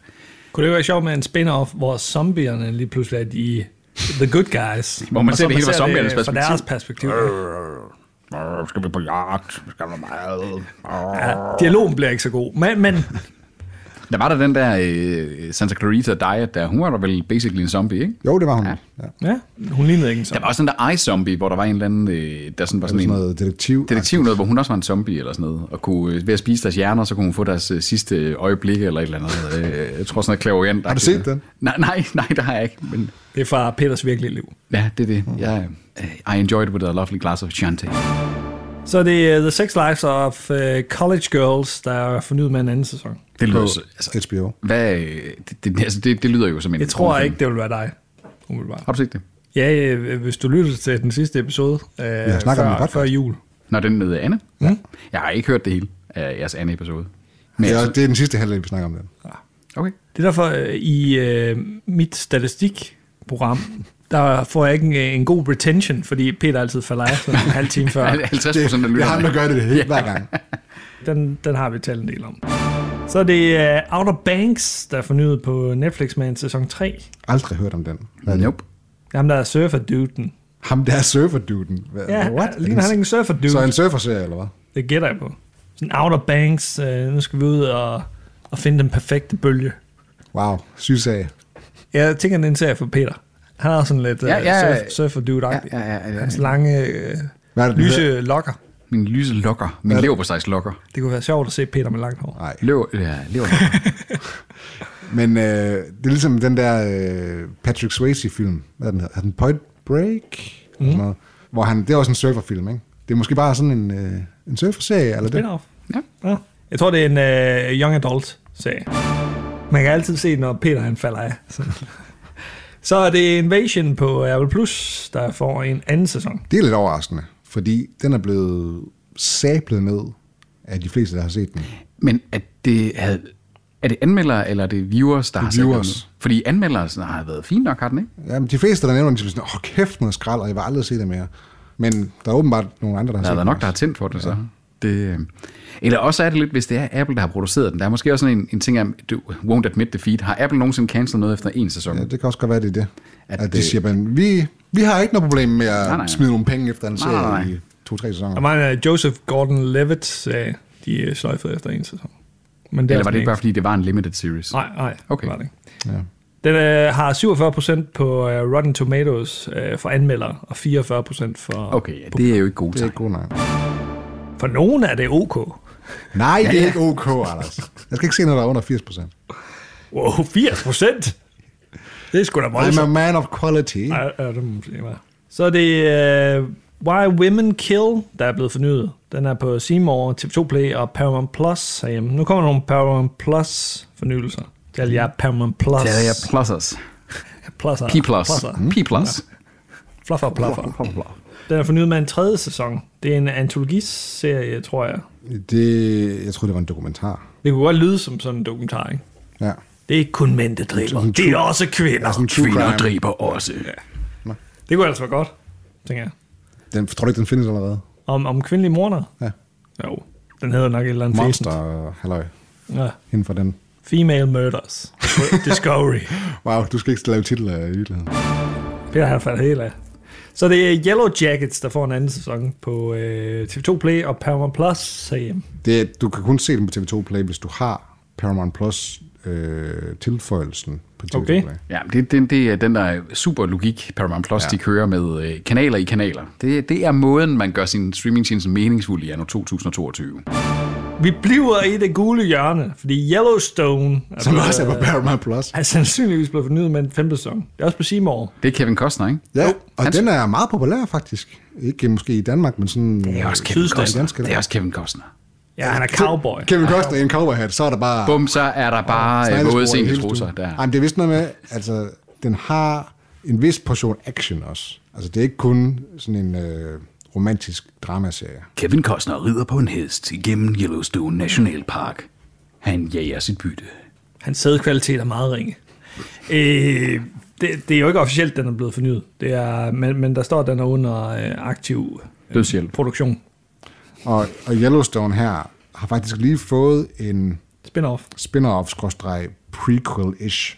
S1: Kunne det være sjovt med en spin-off, hvor zombierne lige pludselig er de the good guys?
S2: Hvor man
S1: Og
S2: ser
S1: så
S2: det hele fra zombiernes
S1: det Fra
S2: perspektiv.
S1: deres perspektiv.
S2: Arr, skal vi på jagt? Skal vi meget?
S1: Ja, dialogen bliver ikke så god, men, men
S2: Der var der den der øh, Santa Clarita Diet, der hun var da vel basically en zombie, ikke?
S3: jo, det var hun. Ja. Ja.
S1: ja, hun lignede ikke en
S2: Der
S1: zombie.
S2: var også den der Eye Zombie, hvor der var en eller anden, øh, der sådan var sådan,
S3: Sådan
S2: en
S3: noget detektiv. altså,
S2: detektiv noget, hvor hun også var en zombie eller sådan noget, og kunne, øh, ved at spise deres hjerner, så kunne hun få deres øh, sidste øjeblikke eller et eller andet. Øh, jeg tror sådan noget klaverjant.
S3: Har du set den?
S2: Nej, nej, nej, det har jeg ikke, men
S1: Det er fra Peters virkelige liv.
S2: ja, det er det.
S3: Mm.
S2: Jeg, øh, I enjoyed with a lovely glass of Chianti.
S1: Så det er uh, The Sex Lives of uh, College Girls, der er fornyet med en anden sæson.
S2: Det lyder, så-
S3: Altså,
S2: altså,
S3: HBO.
S2: hvad, øh, det, det, altså, det, det lyder jo som en...
S1: Jeg tror ikke, det vil være dig. Umiddelbart.
S2: Har du set det?
S1: Ja, øh, hvis du lytter til den sidste episode øh, ja,
S3: snakker om den
S1: før,
S3: godt
S1: før
S3: faktisk.
S1: jul.
S2: Når den med Anne?
S1: Ja.
S2: Jeg har ikke hørt det hele af jeres anden episode. Men
S3: Ja,
S2: altså,
S3: det er den sidste halvdel, vi snakker om den.
S2: okay.
S1: Det er derfor, øh, i øh, mit statistikprogram, der får jeg ikke en, øh, en god retention, fordi Peter altid falder af sådan en halv time før.
S2: 50 procent af
S3: Det, jeg har
S2: lytterne.
S3: med at gøre det hele, hver gang.
S1: Den, den har vi talt en del om. Så er det er uh, Outer Banks, der er fornyet på Netflix med en sæson 3.
S3: Aldrig hørt om den. Hvad er det?
S2: Nope.
S1: Ham, der er surfer-duden.
S3: Ham der er surferduden. Hvad-
S1: Ja,
S3: What?
S1: ligner han ikke en
S3: Så
S1: surfer-dude?
S3: en surferserie, eller hvad?
S1: Det gætter jeg på. Sådan Outer Banks, øh, nu skal vi ud og at finde den perfekte bølge.
S3: Wow, sygsag.
S1: Jeg tænker, det er en serie for Peter. Han har sådan lidt ja,
S2: Ja,
S1: ja,
S2: ja,
S1: surf, surfer dude ja, ja, ja, ja,
S2: ja.
S1: Hans lange, øh,
S3: Hvad er det, den
S1: lyse lokker.
S2: Min lyse lokker. Min
S3: Ja.
S2: leverpostejs lokker.
S1: Det kunne være sjovt at se Peter med langt hår.
S3: Nej,
S2: Lever, ja, leverlokker.
S3: men øh, det er ligesom den der øh, Patrick Swayze-film. Hvad er den hedder? Er den Point Break? Mm. Sådan noget, hvor han, det er også en surferfilm, ikke? Det er måske bare sådan en, øh, en surferserie, eller det?
S1: Spin-off.
S2: Ja.
S1: ja. Jeg tror, det er en øh, young adult serie. Man kan altid se, når Peter han falder af. Så. Så er det Invasion på Apple Plus, der får en anden sæson.
S3: Det er lidt overraskende, fordi den er blevet sablet ned af de fleste, der har set den.
S2: Men at det havde, er det anmeldere, eller er det viewers, der det har sagt
S3: viewers.
S2: noget? Fordi anmeldere sådan, har været fint nok, har den ikke?
S3: Jamen, de fleste, der nævner den, de bliver sådan, åh, kæft noget skrald, og jeg vil aldrig se det mere. Men der er åbenbart nogle andre, der har
S2: Der er
S3: set
S2: der
S3: den
S2: nok, der har
S3: også.
S2: tændt for det, så. Det, øh. eller også er det lidt, hvis det er Apple, der har produceret den. Der er måske også sådan en, en ting, at du won't admit defeat. Har Apple nogensinde cancelled noget efter en sæson?
S3: Ja,
S2: Ja,
S3: det kan også godt være, det er det. At,
S2: At
S3: at de
S2: det-
S3: siger, men vi, vi har ikke noget problem med at nej,
S2: Nej,
S3: nej.
S2: nej.
S3: smide nogle penge efter en
S2: Nej, nej,
S3: serie
S2: nej.
S3: i to-tre
S1: Der
S3: sæsoner.
S1: var en øh, Joseph Gordon-Levitt serie, de øh, sløjfede efter en sæson. Men altså
S2: eller var det
S1: sådan
S2: ikke bare, fordi det var en limited series?
S1: Nej, nej.
S2: Okay.
S1: Var det ikke.
S3: Ja.
S1: Den øh, har 47% på øh, Rotten Tomatoes øh, for anmeldere, og 44% for...
S2: Okay, ja, det er jo ikke gode
S3: Det er
S2: tegn.
S3: ikke god nok.
S1: For nogen er det OK.
S3: Nej, det er ikke ok, Anders. Jeg skal ikke se noget, der er under 80 procent.
S1: Wow, 80%? Det er sgu da
S3: I'm
S1: voldsomt.
S3: a man of quality.
S1: Ja, ja, det må man sige, ja. Så er det uh, Why Women Kill, der er blevet fornyet. Den er på Seymour, TV2 Play og Paramount Plus herhjemme. Nu kommer nogle Paramount Plus fornyelser. Det er jeg Paramount Plus.
S2: Det er jeg plussers.
S1: Plus.
S2: P+. Plus. Mm. P+. Plus.
S1: Fluffer, pluffer. Den er fornyet med en tredje sæson. Det er en antologiserie, tror jeg.
S3: Det, jeg tror det var en dokumentar.
S1: Det kunne godt lyde som sådan en dokumentar, ikke?
S3: Ja.
S1: Det er ikke kun mænd, der driver. Det er også kvinder.
S3: Sådan true
S2: Kvinder
S3: crime.
S2: driber også.
S1: Det kunne altså være godt, tænker jeg.
S3: Den, tror du ikke, den findes allerede?
S1: Om, om kvindelige morder?
S3: Ja.
S1: Jo. Den hedder nok et eller andet
S3: Monster,
S1: fæsent.
S3: halløj,
S1: Ja.
S3: inden for den.
S1: Female Murders. Discovery.
S3: Wow, du skal ikke lave titler i virkeligheden.
S1: Peter har faldet helt af. Så det er Yellow Jackets, der får en anden sæson på øh, TV2 Play og Paramount Plus herhjemme.
S3: Det, er- du kan kun se den på TV2 Play, hvis du har Paramount Plus øh, tilføjelsen på TV2
S1: Okay.
S3: Play.
S2: Ja, men det, det, det er den der super logik, Paramount Plus, ja. de kører med øh, kanaler i kanaler. Det, det er måden, man gør sin streamingtjeneste meningsfuld i anno 2022.
S1: Vi bliver i det gule hjørne, fordi Yellowstone er,
S3: Som
S1: blevet-
S3: også er på Paramount Plus.
S1: er sandsynligvis blevet fornyet med en femte sæson. Det er også på Seymour.
S2: Det er Kevin Costner, ikke?
S3: Ja, og
S2: han-
S3: den er meget populær faktisk. Ikke måske i Danmark, men sådan... øh,
S2: Det er også Kevin
S1: Sydstater.
S2: Costner.
S3: Danske,
S2: Det er også Kevin Costner.
S1: Ja, han er cowboy.
S3: Kevin Costner i en cowboyhat, så er der bare...
S2: Bum, så er der bare øh,
S3: sneglespor i
S2: våde
S3: hele
S2: senisk
S3: stuen.
S2: trusser der.
S3: Ej, men det er vist noget med, altså, den har en vis portion action også. Altså, det er ikke kun sådan en øh, romantisk dramaserie.
S2: Kevin Costner rider på en hest igennem Yellowstone National Park. Han jager sit bytte.
S1: Hans sædkvalitet er meget ringe. Øh, det, det er jo ikke officielt, den er blevet fornyet. Det er, men, men der står, at den er under øh, aktiv
S2: Dødshjælp.
S1: produktion.
S3: Og, og Yellowstone her har faktisk lige fået en
S1: Spin-off.
S3: spin-off-prequel-ish,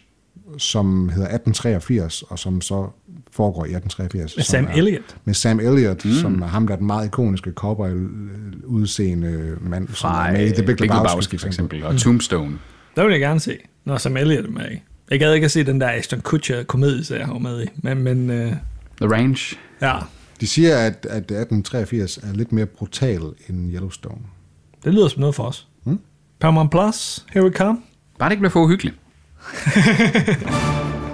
S3: som hedder 1883, og som så foregår i 1883.
S1: Med
S3: som
S1: Sam
S3: er-
S1: Elliott.
S3: Med Sam Elliott, mm. som er ham, der er den meget ikoniske cowboy-udseende mand, som er
S2: Fra øh,
S3: med i The Big Lebowski,
S2: for eksempel. Og Tombstone.
S1: Der vil jeg gerne se, når Sam Elliott er med i. Jeg gad ikke at se den der Ashton Kutcher komedie, jeg har med i. Men, men øh,
S2: The Ranch.
S1: ja,
S3: De siger, at, at 1883 er lidt mere brutal end Yellowstone.
S1: det lyder som noget for os. Mm? Paramount Plus, here we come.
S2: Bare det ikke bliver for uhyggeligt.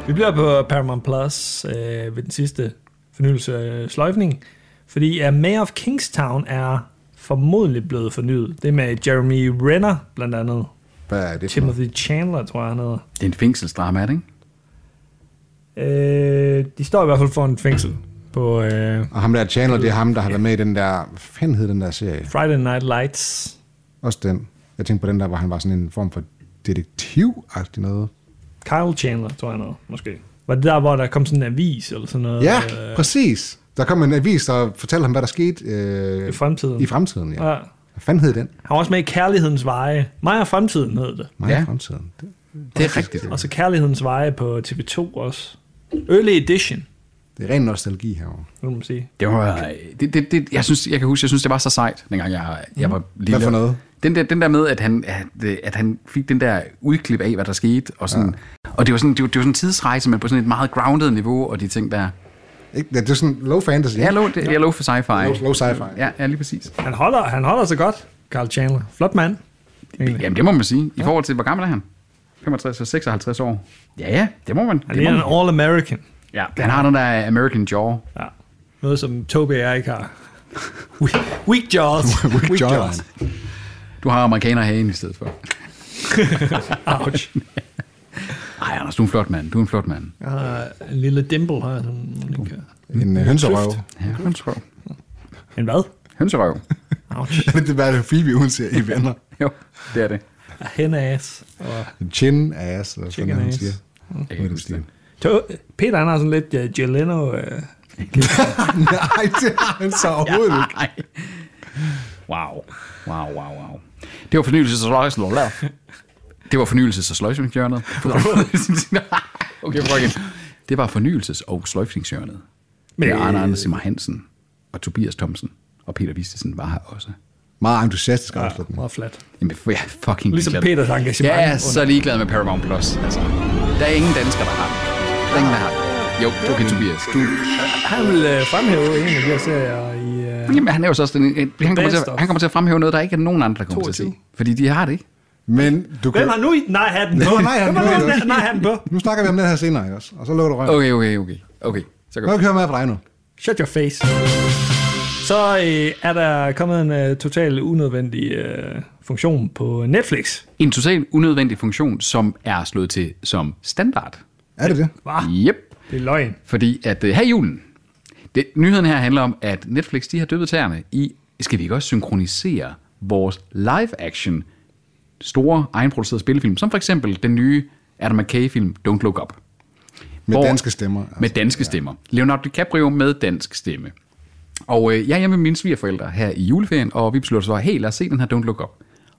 S1: Vi bliver på Paramount Plus øh, ved den sidste fornyelse øh, sløjfning, fordi uh, Mayor of Kingstown er formodentlig blevet fornyet. Det er med Jeremy Renner, blandt andet.
S3: Hvad er det for noget?
S1: Timothy Chandler, tror jeg, han hedder.
S2: Det er en fængselsdrama, er det ikke?
S1: Øh, de står i hvert fald for en fængsel på øh,
S3: Og ham der Chandler, det er ham, der har været med i den der... Hvad fanden hed den der serie?
S1: Friday Night Lights.
S3: Også den. Jeg tænkte på den der, hvor han var sådan en form for detektiv-agtig noget.
S1: Kyle Chandler, tror jeg noget, måske. Var det der, hvor der kom sådan en avis eller sådan noget?
S3: Ja,
S1: øh,
S3: præcis. Der kom en avis, der fortalte ham, hvad der skete øh,
S1: I fremtiden.
S3: i fremtiden. Ja.
S1: Ja.
S3: Hvad fanden hed den?
S1: Han var også med i Kærlighedens Veje. Mig og Fremtiden hed det.
S3: Mig ja.
S2: Ja.
S3: fremtiden. Det-
S2: Det er rigtigt.
S1: Og så Kærlighedens Veje på TV2 også. Early Edition.
S3: Det er ren nostalgi herovre.
S1: nu må man sige.
S2: Det var, det, det, det, jeg, synes, jeg kan huske, jeg synes, det var så sejt, dengang jeg, jeg var lille.
S3: for noget?
S2: Den der, den der med, at han, at, øh, at han fik den der udklip af, hvad der skete, og, sådan, ja. og det var sådan, det var, det var sådan en tidsrejse, men på sådan et meget grounded niveau, og de ting der.
S3: Ikke? Det er jo sådan low fantasy.
S2: Jeg
S3: ikke?
S2: er lov, det, jeg er lov for sci-fi.
S3: Low, low sci-fi.
S2: Ja, ja, lige præcis.
S1: Han holder, han holder sig godt, Carl Chandler. Flot mand. egentlig.
S2: Jamen, det må man sige. I forhold til, hvor gammel er han? 65 og 56 år. Ja, ja, det må man.
S1: Han
S2: Det må
S1: er en
S2: man.
S1: all-American.
S2: Ja, han har den der American Jaw.
S1: Ja. Noget som Toby og Erik har. Weak, weak jaws.
S3: Weak jawline.
S2: Du har amerikaner hagen i stedet for.
S1: Ouch.
S2: Nej, Anders, du er en flot mand. Du er en flot mand.
S1: Jeg har en lille dimple her. Sådan, den kan-
S3: En øh, hønserøv.
S2: Ja, hønserøv.
S1: en hvad?
S2: Hønserøv.
S1: Ouch.
S3: det er bare det Phoebe, hun siger i venner.
S2: Jo, det er det.
S1: Hen ass. Og
S3: Chin ass, eller
S1: Chicken
S3: sådan noget, hun
S1: ass. Mm.
S3: siger.
S2: Jeg kan ikke huske det.
S1: To- Peter han har sådan lidt uh, Jill Leno. Uh,
S3: Nej, det har han så overhovedet ikke.
S2: Nej. Wow. Wow, wow, wow. Det var fornyelses- og sløjsmjørnet. Det var fornyelses- og sløjsmjørnet. okay, prøv igen. Det var fornyelses- og sløjfningsjørnet. Med Arne Anders Simmer Hansen og Tobias Thomsen og Peter Vistesen var her også.
S3: Meget entusiastisk
S1: ja,
S3: afslutning.
S1: meget flat.
S2: Jamen, jeg er fucking
S1: Ligesom
S2: ligeglad.
S1: Peters engagement.
S2: Jeg er så ligeglad med Paramount Plus. Altså, der er ingen danskere, der har det. Der er ingen, der har det. Jo, okay, Tobias. Du,
S1: Han vil uh, fremhæve en af de her serier i... Uh,
S2: jamen, han er jo så også den, han, kommer til,
S1: Best
S2: at-
S1: of.
S2: han kommer til at fremhæve noget, der ikke er nogen andre, der kommer til at
S1: 22.
S2: se. Fordi de har det ikke.
S3: Men du kan...
S1: Hvem har nu i nej hatten på?
S3: Nå, nej, han
S1: Hvem har nu
S3: på.
S1: i nej hatten på?
S3: Nu snakker vi om den her senere, ikke også? Og så lukker du røven.
S2: Okay, okay, okay. Okay, så
S3: Nu
S2: godt.
S3: kan jeg høre mere fra dig nu.
S1: Shut your face. Så øh, er der kommet en øh, total unødvendig øh, funktion på Netflix.
S2: En totalt unødvendig funktion, som er slået til som standard.
S3: Er det det?
S1: Hva?
S2: Yep.
S1: Det er løgn.
S2: Fordi at, øh, her i julen, det, nyheden her handler om, at Netflix de har døbet tæerne i, skal vi ikke også synkronisere vores live-action store egenproducerede spillefilm, som for eksempel den nye Adam McKay-film Don't Look Up.
S3: Med
S2: Hvor-
S3: danske stemmer. Altså.
S2: Med danske stemmer. Leonardo DiCaprio med dansk stemme. Og øh, jeg er hjemme med mine svigerforældre her i juleferien, og vi beslutter så, hey, lad os se den her Don't Look Up.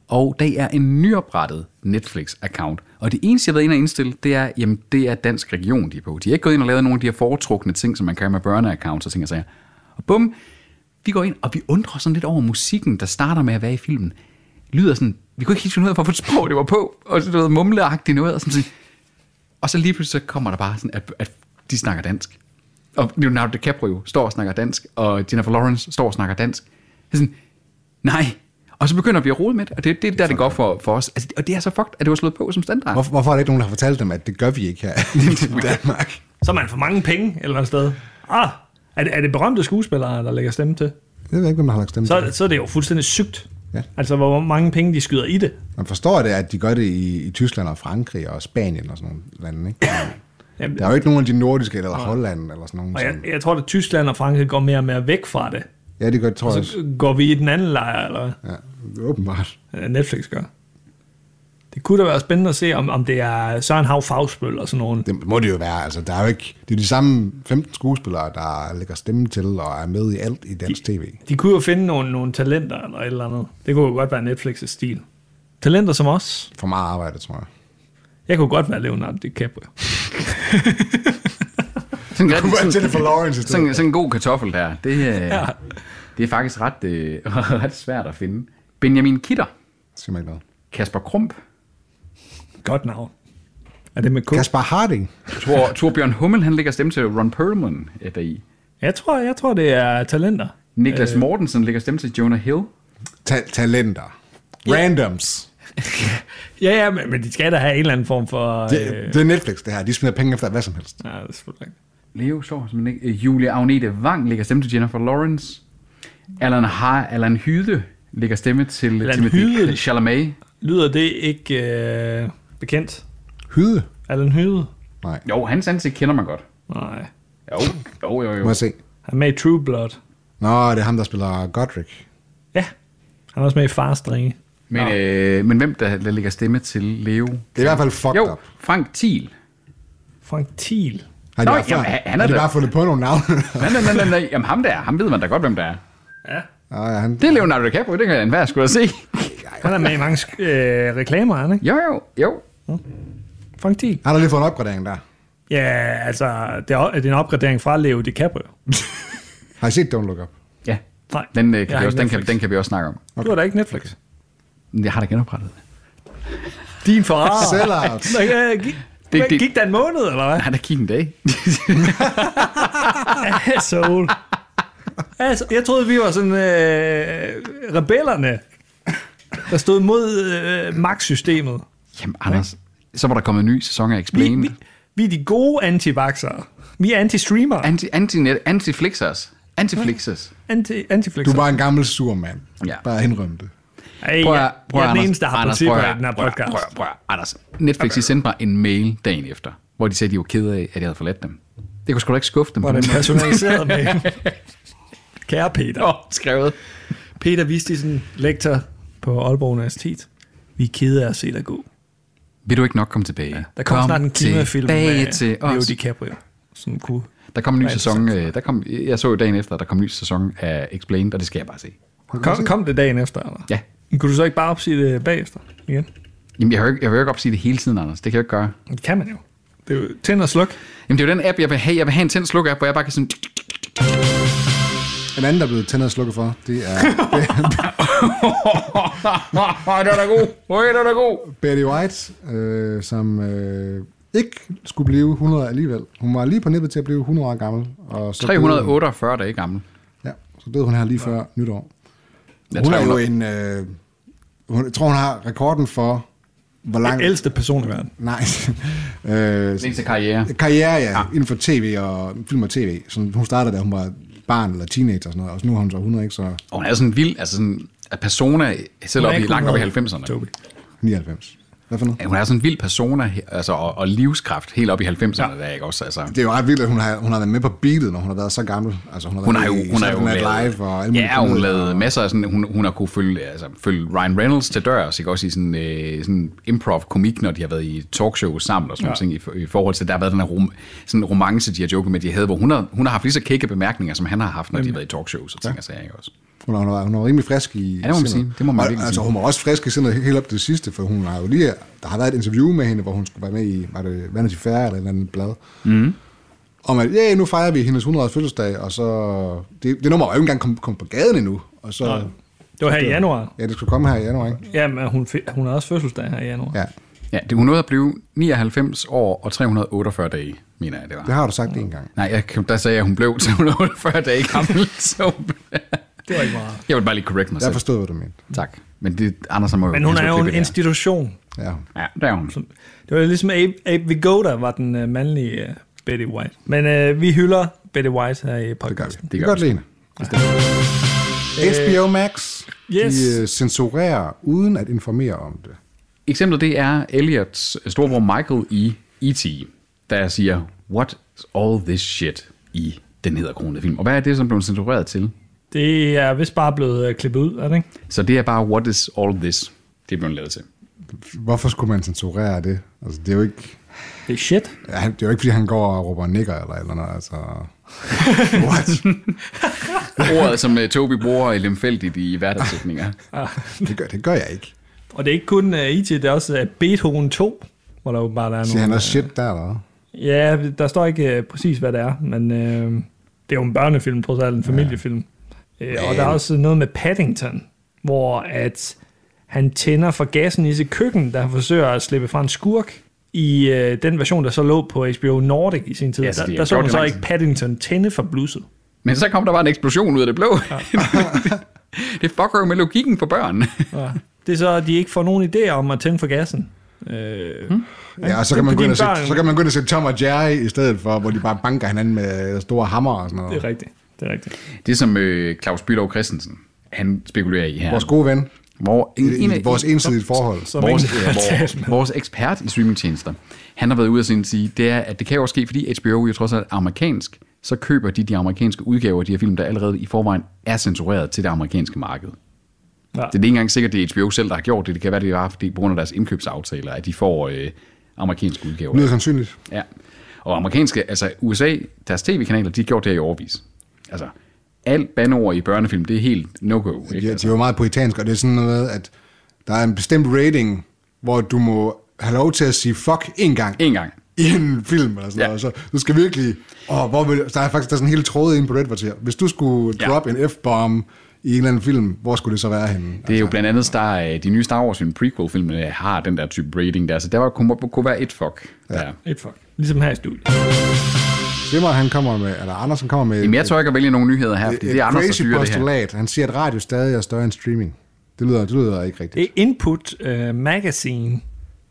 S2: Og det er en nyoprettet Netflix-account. Og det eneste, jeg har været inde og indstille, det er, jamen, det er dansk region, de er på. De er ikke gået ind og lavet nogle af de her foretrukne ting, som man kan med børneaccounts og ting og sager. Og bum, vi går ind, og vi undrer sådan lidt over musikken, der starter med at være i filmen. Lyder sådan, vi kunne ikke helt finde ud af, hvorfor et sprog det var på, og sådan noget mumleagtigt noget, og sådan, sådan og så lige pludselig så kommer der bare sådan, at, at de snakker dansk. Og Leonardo DiCaprio står og snakker dansk, og Jennifer Lawrence står og snakker dansk. Det er sådan, nej. Og så begynder vi at rode med det, og det, det er der, det går for, for os. Altså, og det er så fucked, at det var slået på som standard.
S3: Hvorfor, hvorfor er der ikke nogen, der har fortalt dem, at det gør vi ikke her i Danmark?
S1: Så er man for mange penge et eller andet sted. Ah, er det, er det berømte skuespillere, der lægger stemme til?
S3: Jeg ved ikke, hvem der har lagt stemme til.
S1: Så,
S3: det.
S1: så er det jo fuldstændig sygt.
S3: Ja.
S1: Altså, hvor mange penge de skyder i det.
S3: Man forstår det, at de gør det i, i Tyskland og Frankrig og Spanien og sådan nogle lande, ikke?
S1: Jamen,
S3: Der er jo ikke nogen af de nordiske, eller Holland, eller sådan nogen.
S1: og
S3: Som,
S1: jeg, jeg tror, at Tyskland og Frankrig går mere og mere væk fra det.
S3: ja, det gør det, tror jeg. også.
S1: Går vi i den anden lejr, eller
S3: Ja, det er åbenbart.
S1: hvad øh, Netflix gør? Det kunne da være spændende at se, om, om det er Søren Hav Fagsbøl og sådan nogen.
S3: Det må det jo være. Altså, der er jo ikke, det er de samme 15 skuespillere, der lægger stemme til og er med i alt i dansk tv.
S1: De kunne jo finde nogle, nogle talenter eller et eller andet. Det kunne jo godt være Netflix' stil. Talenter som os.
S3: For meget arbejde, tror jeg.
S1: Jeg kunne godt være Leonardo DiCaprio.
S2: Sådan,
S3: kunne være Jennifer Lawrence i stedet
S2: sådan,
S3: for.
S2: sådan en god kartoffel der. Det, øh, ja. det er faktisk ret, øh, ret svært at finde. Benjamin Kitter,
S3: Siger man ikke noget.
S2: Kasper Krump,
S1: Godt navn. Er det med K?
S3: Kasper Harding.
S2: Tor, Torbjørn Hummel, han lægger stemme til Ron Perlman øh, deri.
S1: Jeg tror, jeg tror, det er talenter.
S2: Niklas øh. Mortensen lægger stemme til Jonah Hill.
S3: Ta- talenter. Randoms.
S1: Ja, ja, men, men de skal da have en eller anden form for...
S3: Det,
S1: øh,
S3: det er Netflix, det her. De smider penge efter hvad som helst.
S1: nej, det er selvfølgelig rigtigt.
S2: Leo står som ikke. Øh, Julia Agnete Wang lægger stemme til Jennifer Lawrence. Alan, ha- Alan Hyde lægger stemme til
S1: Alan
S2: Timothy
S1: Hyde?
S2: Chalamet.
S1: Lyder det ikke øh, bekendt?
S3: Hyde?
S1: Allen Hyde?
S3: Nej.
S2: Jo, hans ansigt kender man godt.
S1: Nej.
S2: Jo, jo, jo.
S3: Må
S2: jo.
S3: jeg se.
S1: Han er med i True Blood.
S3: Nå, det er ham, der spiller Godric.
S1: Ja. Han er også med i Fars Drenge.
S2: Men, øh, men hvem der, der lægger stemme til Leo?
S3: Det er i hvert fald fucked
S2: Jo,
S3: up.
S2: Frank Thiel.
S1: Frank Thiel.
S3: Har de,
S2: Nå,
S3: bare,
S2: jamen,
S3: fundet-
S2: han er
S3: har de
S2: da-
S3: bare fundet på nogle navne?
S2: Nej, nej, nej, nej, nej. Jamen ham der, ham ved man da godt, hvem der er.
S1: Ja.
S3: Nå, ja, han,
S2: Det er Leonardo DiCaprio, det kan enhver skulle da se.
S1: Han er med i mange sk- øh, reklamer, er han ikke?
S2: Jo, jo, jo.
S1: Frank Thiel.
S3: han har lige fået en opgradering der.
S1: Ja, altså, det er, det er en opgradering fra Leo DiCaprio.
S3: Har I set Don't Look Up?
S2: Ja.
S1: Nej,
S2: Den, øh, kan
S1: jeg
S2: vi
S1: har
S2: også,
S1: ikke
S2: den, kan,
S1: Netflix.
S2: den kan vi også snakke om.
S1: Du har da ikke Netflix.
S2: Men Jeg har da genoprettet det.
S1: Din far.
S2: Ah.
S3: Sell out.
S1: Nå, ja, gik,
S2: Det-
S1: det,
S2: det-
S1: det, gik der en måned, eller hvad?
S2: Jeg har da kigget en dag.
S1: Asshole. Altså, jeg troede, vi var sådan øh, rebellerne, der stod mod øh, magtsystemet.
S2: Jamen, Anders, så var der kommet en ny sæson af
S1: Vi,
S2: Explain.
S1: vi, vi er de gode anti Vi er anti-streamere.
S2: Anti, anti, anti flixers Anti-flixers.
S1: Anti, anti-flixer.
S3: Du var en gammel sur mand.
S2: Ja.
S3: Bare indrøm det.
S1: Ej,
S2: Prøv at-
S1: jeg,
S2: prøv at-
S1: jeg er den
S2: Anders-
S1: eneste, der har
S2: Anders,
S1: principper
S2: prøv at-
S1: i den her
S2: prøv at-
S1: podcast.
S2: Prøv at- prøv at- Anders, Netflix de sendte mig en mail dagen efter, hvor de sagde, de var ked af, at jeg havde forladt dem. Det kunne sgu da ikke skuffe dem.
S1: Hvor den
S2: på den måde.
S1: personaliserede med. Kære Peter.
S2: Åh, skrevet.
S1: Peter Vistisen, lektor på Aalborg Universitet. Vi er kede af at se dig gå.
S2: Vil du ikke nok komme tilbage? Ja,
S1: Der kommer snart en klimafilm
S2: tilbage
S1: med
S2: til
S1: Leo
S2: os.
S1: DiCaprio. Sådan kunne.
S2: Der kom en ny
S1: Nej,
S2: sæson. øh, Der kom, jeg så jo dagen efter, at der kom en ny sæson af Explained, og det skal jeg bare se.
S1: Kom, kom det dagen efter, eller?
S2: Ja.
S1: Men Kunne du så ikke bare opsige det bagefter igen?
S2: Jamen, jeg, hører, ikke- jeg vil jo ikke opsige det hele tiden, Anders. Det kan jeg jo ikke gøre.
S1: Det kan man jo. Det er jo tænd og sluk.
S2: Jamen, det er jo den app, jeg vil have. Jeg vil have en tændt sluk app, hvor jeg bare kan sådan...
S3: En anden, der er blevet tænder og slukket for, det er
S2: Åh, det er da god. Øj, det er da god.
S3: Betty White, øh, som øh, ikke skulle blive 100 alligevel. Hun var lige på nippet til at blive 100 år gammel. Og så døde hun-
S2: 348 dage gammel.
S3: Ja, så døde hun her lige før nytår.
S2: Ja,
S3: hun er jo
S2: 300.
S3: en... Øh, hun, jeg tror, hun har rekorden for, hvor lang...
S1: Den ældste person i verden.
S3: Nej. øh,
S2: Seneste karriere.
S3: karriere, ja,
S2: Ah.
S3: ja, inden for tv og film og tv. Så hun startede, da hun var barn eller teenager og sådan noget, og nu er hun så 100, ikke? Så
S2: Og hun er sådan vild, altså sådan at persona, selv
S1: Hun er
S2: op i
S1: ikke
S2: langt op i
S1: 100,
S2: 90'erne.
S1: Toby.
S3: 99. Hvad for noget?
S2: Ja, Hun er sådan en vild persona, he- altså, og, og livskraft helt op i 90'erne, ja. der, ikke også? Altså,
S3: Det er jo ret vildt, at hun har, hun har været med på beatet, når hun har været så gammel. Altså, hun har,
S2: hun
S3: været
S2: har jo,
S3: med i
S2: hun har jo
S3: Saturday Night
S2: lavet,
S3: Live og alle mulige
S2: ja, hun
S3: komedier.
S2: lavede masser af sådan, hun, hun har kunne følge, altså, følge Ryan Reynolds til dørs, ikke også i sådan, øh, sådan improv-komik, når de har været i talkshows sammen og sådan ja. ting, i, for- i, forhold til, der har været den her rom, sådan romance, de har joket med, de havde, hvor hun har, hun har haft lige så kække bemærkninger, som han har haft, når de har været i talkshows og ting ja. og sager, ikke også?
S3: Hun er, hun, er, hun er rimelig frisk i
S2: det må man
S3: sindet.
S2: sige. Det må man
S3: og,
S2: virkelig
S3: altså,
S2: sige.
S3: hun var også frisk i sindet helt op til det sidste, for hun har jo lige... Der har været et interview med hende, hvor hun skulle være med i var det Vanity Fair eller et eller andet blad. Mm.
S2: Mhm.
S3: Om at, ja, yeah, nu fejrer vi hendes 100-års fødselsdag, og så... Det, det nummer var jo ikke engang kommet kom på gaden endnu. Og så,
S1: Det var her i januar.
S3: ja, det skulle komme her i januar, ikke?
S1: Jamen, hun, fe- hun har også fødselsdag her i januar.
S3: Ja,
S2: Ja, det, hun nåede at blive 99 år og 348 dage, mener jeg, det var.
S3: det har du sagt en gang.
S2: Nej, jeg, der sagde jeg, at hun blev 348 dage gammel. Så hun blev-
S1: Det var ikke meget.
S2: jeg vil bare lige correct mig
S3: Jeg
S2: selv.
S3: forstod, hvad du mente.
S2: Tak. Men det, Anders han må
S1: Men hun
S2: han skal
S1: er jo
S2: klippe
S1: en
S2: det her.
S1: institution.
S3: Ja.
S2: Ja, der er hun.
S1: Det var ligesom Abe, Abe Vigoda var den uh, mandlige uh, Betty White. Men uh, vi hylder Betty White her i
S3: Det gør vi.
S1: podcasten.
S3: Det,
S2: gør
S3: gør godt
S2: vi.
S3: lide hende. HBO Max,
S1: Øh, yes.
S3: de øh, censurerer uden at informere om det.
S2: Eksemplet det er Elliots storbror Michael i E.T., der siger, what is all this shit i den hedderkronede film? Og hvad er det, som blev censureret til?
S1: Det er vist bare blevet uh, klippet ud, er det ikke?
S2: Så det er bare, what is all this? Det blev lavet til.
S3: Hvorfor skulle man censurere det? Altså, det er jo ikke...
S1: Det er shit.
S3: Ja, han- det er jo ikke, fordi han går og råber nikker eller et eller noget, altså... What?
S2: Ordet, som øh, Toby bruger lemfældigt i hverdagssætninger.
S3: Det gør, det gør jeg ikke.
S1: Og det er ikke kun uh, IT, det er også uh, Beethoven 2, hvor der jo bare er
S3: Siger
S1: nogle...
S3: han også shit der, eller hvad?
S1: Ja, der står ikke uh, præcis, hvad det er, men uh, det er jo en børnefilm, trods alt en familiefilm. Uh, og der er også noget med Paddington, hvor at han tænder for gassen i sit køkken, da han forsøger at slippe fra en skurk. I øh, den version, der så lå på HBO Nordic i sin tid,
S2: Ja,
S1: ja,
S2: så
S1: der,
S2: det er
S1: der så
S2: godt
S1: man så
S2: langt.
S1: ikke Paddington tænde for blusset.
S2: Men så kom der bare en eksplosion ud af det blå. det fucker jo med logikken for børn.
S1: Ja. Det er så, at de ikke får nogen idé om at tænde for gassen. Øh, hmm?
S3: Ja, og så
S1: det er
S3: kan, man gå
S1: fordi
S3: ind og se,
S1: børn-
S3: så kan man gå ind og se Tom og Jerry i stedet for, hvor de bare banker hinanden med store hammer og sådan
S1: Det er
S3: noget.
S1: rigtigt. Det er rigtigt.
S2: Det som øh, Claus Bylov Christensen, han spekulerer i her.
S3: Vores gode ven.
S2: Hvor, en, en,
S3: I,
S2: af-
S3: i vores ensidige forhold.
S1: Som
S2: vores,
S1: ingen-
S2: ja, vores, vores ekspert i streamingtjenester, han har været ude at sige, det er, at det kan jo også ske, fordi HBO jo trods alt er amerikansk, så køber de de amerikanske udgaver af de her film, der allerede i forvejen er censureret til det amerikanske marked.
S1: Ja.
S2: Det er ikke engang sikkert, det er HBO selv, der har gjort det. Det kan være, det var fordi, på grund af deres indkøbsaftaler, at de får øh, amerikanske udgaver.
S3: Lyder sandsynligt.
S2: Ja. Og amerikanske, altså USA, deres tv-kanaler, de har gjort det her i overvis. Altså, alt banord i børnefilm, det er helt no-go. Ikke?
S3: Ja, de er
S2: Altså,
S3: jo meget poetanske, og det er sådan noget, at der er en bestemt rating, hvor du må have lov til at sige fuck en gang.
S2: en gang.
S3: i en film eller sådan
S2: Ja.
S3: ja. noget. Så du skal virkelig... Åh, hvor vil, der er faktisk der er sådan en hel tråd inde på Reddit, hvor Hvis du skulle
S2: Ja.
S3: droppe en F-bomb i en eller anden film, hvor skulle det så være henne?
S2: Det er jo blandt andet Star, øh, de nye Star Wars film, prequel-filmene øh, har den der type rating der, så der var, kunne, kunne være et fuck. Ja. Der.
S1: Et fuck. Ligesom her i studiet.
S3: Simmer, Altså, han kommer med, eller Andersen kommer med...
S2: Jamen, jeg tør ikke at vælge nogle nyheder her, fordi
S3: et
S2: det er Anders, der
S3: crazy
S2: styrer det her.
S3: postulat. Han siger, at radio stadig er større end streaming. Det lyder, det lyder ikke rigtigt.
S1: Det er Input uh, Magazine.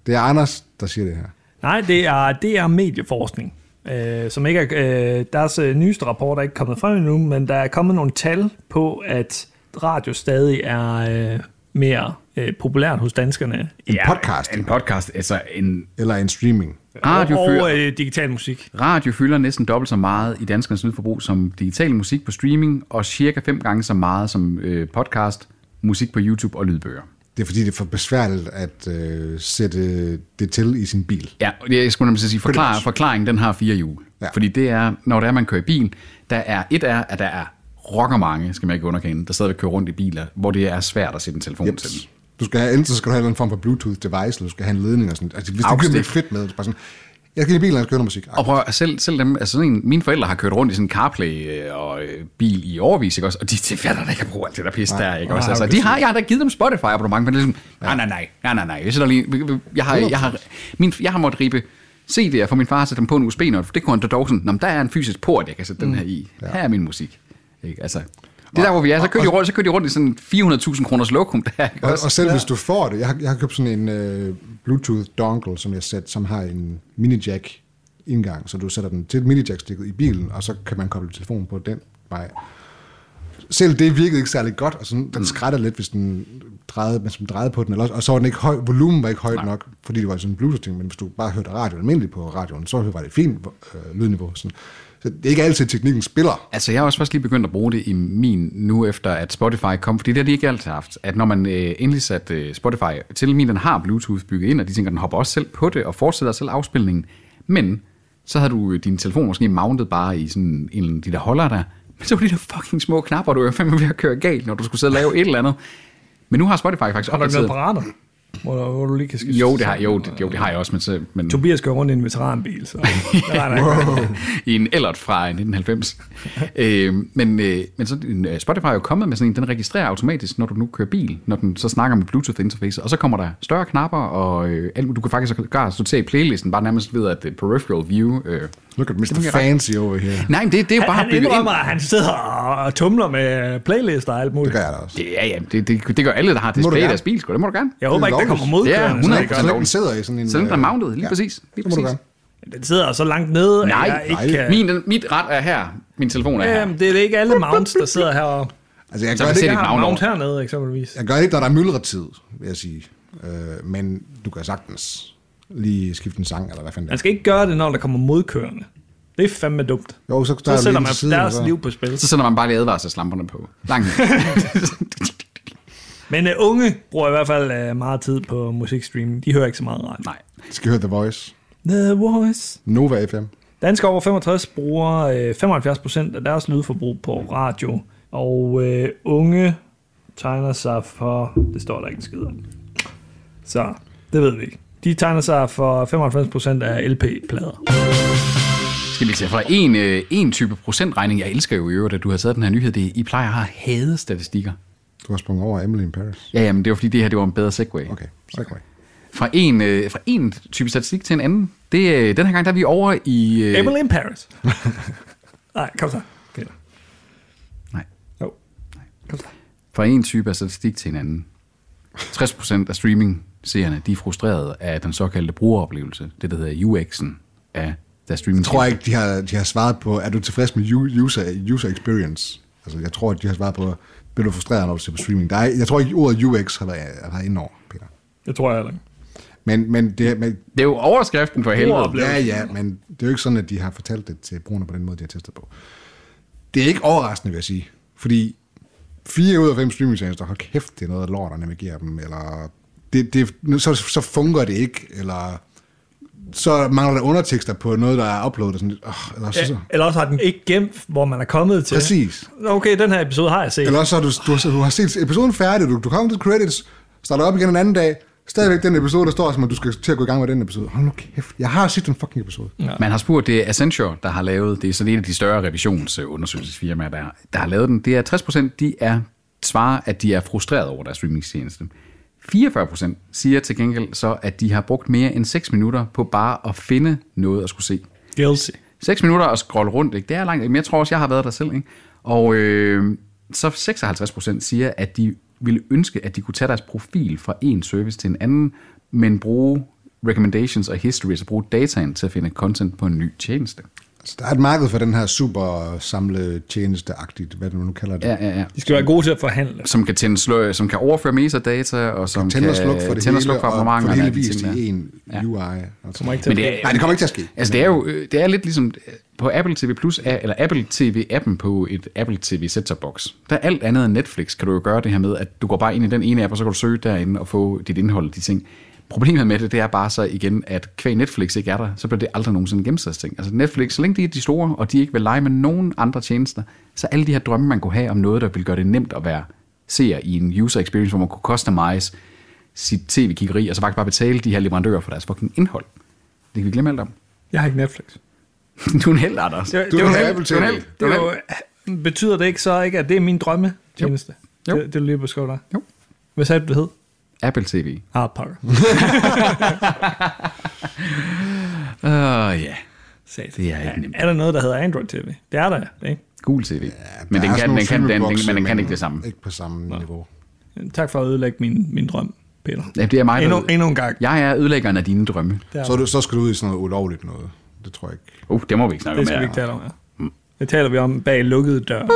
S3: Det er Anders, der siger det her.
S1: Nej, det er, det er medieforskning. Øh, som ikke er, øh, deres øh, nyeste rapport er ikke kommet frem endnu, men der er kommet nogle tal på, at radio stadig er øh, mere øh, populært hos danskerne.
S3: En podcast.
S2: En podcast, altså en
S3: Eller en streaming.
S2: radio
S1: og
S2: fylder,
S1: og øh, digital musik.
S2: radio fylder næsten dobbelt så meget i danskernes lydforbrug som digital musik på streaming, og cirka fem gange så meget som øh, podcast, musik på YouTube og lydbøger.
S3: Det er fordi, det er for besværligt at øh, sætte det til i sin bil.
S2: Ja, og det er- jeg skulle nemlig sige, forklar,
S3: much.
S2: forklaringen den har fire hjul. Ja.
S3: Ja.
S2: Fordi det er, når det er, man kører i bil, der er, et er, at der er rocker mange, skal man ikke underkende, der stadigvæk kører rundt i biler, hvor det er svært at sætte en telefon yep. til.
S3: Jeps. Du skal have, enten så skal du have en eller anden form for Bluetooth device, eller du skal have en ledning og sådan Altså, hvis du
S2: Afstik.
S3: kører med fedt med, det er bare sådan, jeg skal i bilen, og jeg skal høre noget musik. Ej,
S2: Og prøv at- selv, selv dem, altså sådan en, mine forældre har kørt rundt i sådan en CarPlay øh, og øh, bil i overvis, ikke også? Og de de fatter da ikke at bruge alt det der pis der, ikke også? Altså, de har, jeg har da givet dem Spotify abonnement, men det er sådan, nej, nej, nej, nej, nej, nej. Jeg, sætter lige, jeg, har, jeg, har, min, jeg har måttet ribe CD'er fra min far og sætte dem på en usb -not, for det kunne han da dog sådan, "Nå, men der er en fysisk port, jeg kan sætte
S3: Mm.
S2: den her i. Her er min musik. Ikke? Altså, det er der, hvor vi er. Så kører de rundt, så kører de rundt i sådan 400.000 kroners lokum der, ikke
S3: Og,
S2: også?
S3: og selv hvis du får det, jeg har, jeg har købt sådan en øh, Bluetooth dongle, som jeg sætter, som har en mini-jack indgang, så du sætter den til mini-jack-stikket i bilen, og så kan man koble telefonen på den vej. Selv det virkede ikke særlig godt, og sådan, den skrætter lidt, hvis den drejede, hvis man drejede på den, eller, også- og så var den ikke høj, volumen var ikke højt Nej. nok, fordi det var sådan en Bluetooth-ting, men hvis du bare hørte radio almindeligt på radioen, så var det et fint øh, lydniveau. Sådan. Så det er ikke altid, teknikken spiller.
S2: Altså, jeg har også først lige begyndt at bruge det i min nu, efter at Spotify kom, fordi det har de ikke altid haft. At når man øh, endelig satte øh, Spotify til, min den har Bluetooth bygget ind, og de tænker, den hopper også selv på det, og fortsætter selv afspilningen. Men så havde du øh, din telefon måske mounted bare i sådan en af de der holder der. Men så var de der fucking små knapper, du var fandme ved at køre galt, når du skulle sidde og lave et eller andet. Men nu har Spotify faktisk
S1: Har du ikke noget
S2: opdateret.
S1: apparater? Hvor, hvor du lige kan skifte.
S2: Jo, det har, jo, det, jo, det har jeg også, men, så, men
S1: Tobias kører rundt i en veteranbil, så der er der ikke
S2: i en Ellert fra 1990. øh, men, øh, men så øh, Spotify er jo kommet med sådan en, den registrerer automatisk, når du nu kører bil, når den så snakker med Bluetooth-interface, og så kommer der større knapper, og øh, alt- du kan faktisk sågar sortere i playlisten, bare nærmest ved at øh, peripheral view... Øh,
S3: Look at
S2: fungerer
S3: Mr. Fancy over here.
S2: nej, men det, det er jo bare
S1: Han
S2: bygget ind.
S1: indrømmer, at han sidder og og tumler med playlister og alt
S3: Det
S1: muligt.
S3: gør jeg da også.
S2: Det, ja, ja, det, det, det gør alle, der har
S3: Må du
S2: display i
S3: gerne.
S2: deres bil, sgu. Det må du gerne.
S1: Jeg håber
S3: Det
S1: ikke,
S3: er
S1: der kommer
S3: lovligt.
S2: Ja,
S1: modkørende. så
S2: 100
S1: det gør
S3: Så
S1: den.
S3: længe den sidder i sådan en...
S2: Selvom den er
S3: øh,
S2: mounted, lige præcis. Lige
S3: så må du
S2: præcis.
S3: gerne.
S1: Den sidder så langt nede, at jeg
S2: Nej,
S1: ikke kan...
S2: min,
S3: øh-
S2: den, mit ret er her. Min telefon er her.
S3: Øhm.
S1: Jamen, det er ikke alle mounts, der sidder heroppe.
S3: Altså, jeg
S2: Så
S3: gør,
S2: vi
S3: det,
S2: ser
S3: ikke,
S2: dit
S1: Jeg har
S2: navn
S1: en mount
S2: over.
S1: hernede, eksempelvis.
S3: jeg gør det ikke, når der er myldretid, vil jeg sige. Øh, men du kan sagtens lige skifte en sang, eller hvad fanden det
S1: Man
S3: er.
S1: skal ikke gøre det, når der kommer modkørende. Det er fandme dumt.
S3: Jo, så,
S1: Så Altså, sætter
S3: lige
S1: man
S3: til siden,
S1: deres
S3: og så-
S1: liv på spil.
S2: Så sender man bare lige advarselslamperne på. Langt.
S1: Men uh, unge bruger i hvert fald uh, meget tid på musikstreaming. De hører ikke så meget radio.
S2: Nej.
S3: Skal høre The Voice.
S1: The Voice.
S3: Nova FM.
S1: Danskere over 65 bruger øh, 75 procent af deres lydforbrug på radio, og øh, unge tegner sig for, det står der ikke en skid om. Så, det ved vi ikke. De tegner sig for 95 procent af LP-plader.
S2: Skal vi tage fra en, øh, en type procentregning, jeg elsker jo i øvrigt, at du har taget den her nyhed, det er, I plejer at hade statistikker.
S3: Du har sprunget over Emily in Paris.
S2: Ja, jamen det var fordi, det her det var en bedre segue.
S3: Okay, segway.
S2: Fra, en, øh, fra en type statistik til en anden, det, øh, den her gang der er vi over i... Øh,
S1: Emily in Paris. Nej, kom så. Okay.
S2: Nej,
S1: Jo. Kom så.
S2: fra en type af statistik til en anden. 60% af streaming-seerne, de er frustrerede af den såkaldte brugeroplevelse, det der hedder UX'en af der streaming
S3: Jeg tror ikke, de har, de har svaret på, er du tilfreds med u- user, user experience? Altså, jeg tror, de har svaret på, bliver du frustreret, når du ser på streaming? Der er, jeg tror ikke, ordet UX har været, har været indover, Peter.
S1: Det tror jeg heller ikke.
S3: Men, men, det, men
S2: Det er jo overskriften for helvede.
S3: Ja, ja, men det er jo ikke sådan, at de har fortalt det til brugerne på den måde, de har testet på. Det er ikke overraskende, vil jeg sige. Fordi fire ud af fem streamingtjenester, hold kæft, det er noget lort at navigere dem, eller det, det, så, så fungerer det ikke, eller så mangler der undertekster på noget, der er uploadet. Sådan, oh, eller, så, så.
S1: Eller også har den ikke gemt, hvor man er kommet til.
S3: Præcis.
S1: Okay, den her episode har jeg set.
S3: eller også så har du, du, har, du har set episoden færdig, du, du kommer til credits, starter op igen en anden dag, Stadigvæk den episode, der står som, at du skal til at gå i gang med den episode. Hold nu kæft, jeg har set den fucking episode.
S2: Ja. Man har spurgt, det er Accenture, der har lavet det, er sådan en af de større revisionsundersøgelsesfirmaer, der, der har lavet den. Det er 60 procent, de er, svarer, at de er frustreret over deres streamingtjeneste. 44 procent siger til gengæld så, at de har brugt mere end 6 minutter på bare at finde noget at skulle se.
S1: Guilty.
S2: 6 minutter at scrolle rundt, ikke? det er langt, men jeg tror også, jeg har været der selv. Ikke? Og øh, så 56 procent siger, at de ville ønske, at de kunne tage deres profil fra en service til en anden, men bruge recommendations og histories og bruge dataen til at finde content på en ny tjeneste.
S3: Så der er et marked for den her super samle tjenesteagtigt, hvad du nu kalder det.
S2: Ja, ja, ja.
S1: De skal være gode til at forhandle.
S2: Som kan, tænde, slå, som kan overføre metadata, og som
S3: Tænd og sluk for det
S2: tænde og
S3: hele,
S2: slukke for
S3: og
S2: abonnementer
S3: for
S2: og
S3: det hele
S2: alle de
S3: vist
S2: ting der.
S3: i en UI. Altså.
S1: Kommer ikke til at
S2: Men det
S1: det...
S2: er,
S3: Nej, det kommer ikke til at ske.
S2: Altså det er jo øh, det er lidt ligesom øh, på Apple TV Plus er- eller Apple TV appen på et Apple TV set box. Der er alt andet end Netflix, kan du jo gøre det her med at du går bare ind i den ene app og så kan du søge derinde og få dit indhold og de ting. Problemet med det, det er bare så igen, at kvæg Netflix ikke er der, så bliver det aldrig nogensinde gennemsatsting. Altså Netflix, så længe de er de store, og de ikke vil lege med nogen andre tjenester, så alle de her drømme, man kunne have om noget, der ville gøre det nemt at være seer i en user experience, hvor man kunne customize sit tv-kiggeri, og så faktisk bare betale de her leverandører for deres fucking indhold. Det kan vi glemme alt om.
S1: Jeg har ikke Netflix.
S2: Du er en held, Anders.
S1: Det,
S3: Du
S1: det, var,
S3: har
S1: det,
S3: Apple
S2: Det er en
S3: TV.
S2: held.
S1: det var, betyder det ikke så ikke, at det er min drømme tjeneste?
S2: Jo.
S1: Det, det, du lige beskrev dig.
S2: Jo.
S1: Hvad sagde du, det hed?
S2: Apple TV.
S1: Hard Power.
S2: Åh,
S1: Ah,
S2: uh, ja.
S1: Satan.
S2: Det er ikke nemt.
S1: Er der noget, der hedder Android TV? Det er der, ikke?
S2: Gul TV. Ja, men
S3: Der
S2: den
S3: er
S2: kan, den
S3: sådan
S2: kan,
S3: nogle
S2: den, den,
S3: streamingboxe,
S2: men den kan ikke det samme.
S3: Ikke på samme niveau.
S1: Tak for at ødelægge min, min drøm, Peter.
S2: Ja, det er mig,
S1: Endnu,
S2: der-
S1: endnu en gang.
S2: Jeg er ødelæggeren af dine drømme.
S3: Så, er du, så skal du ud i sådan noget ulovligt noget. Det tror jeg ikke.
S2: Uh, det må vi ikke
S1: Det
S2: snakke om.
S1: skal vi
S2: her.
S1: ikke tale om, ja. Det taler vi om bag lukkede døre.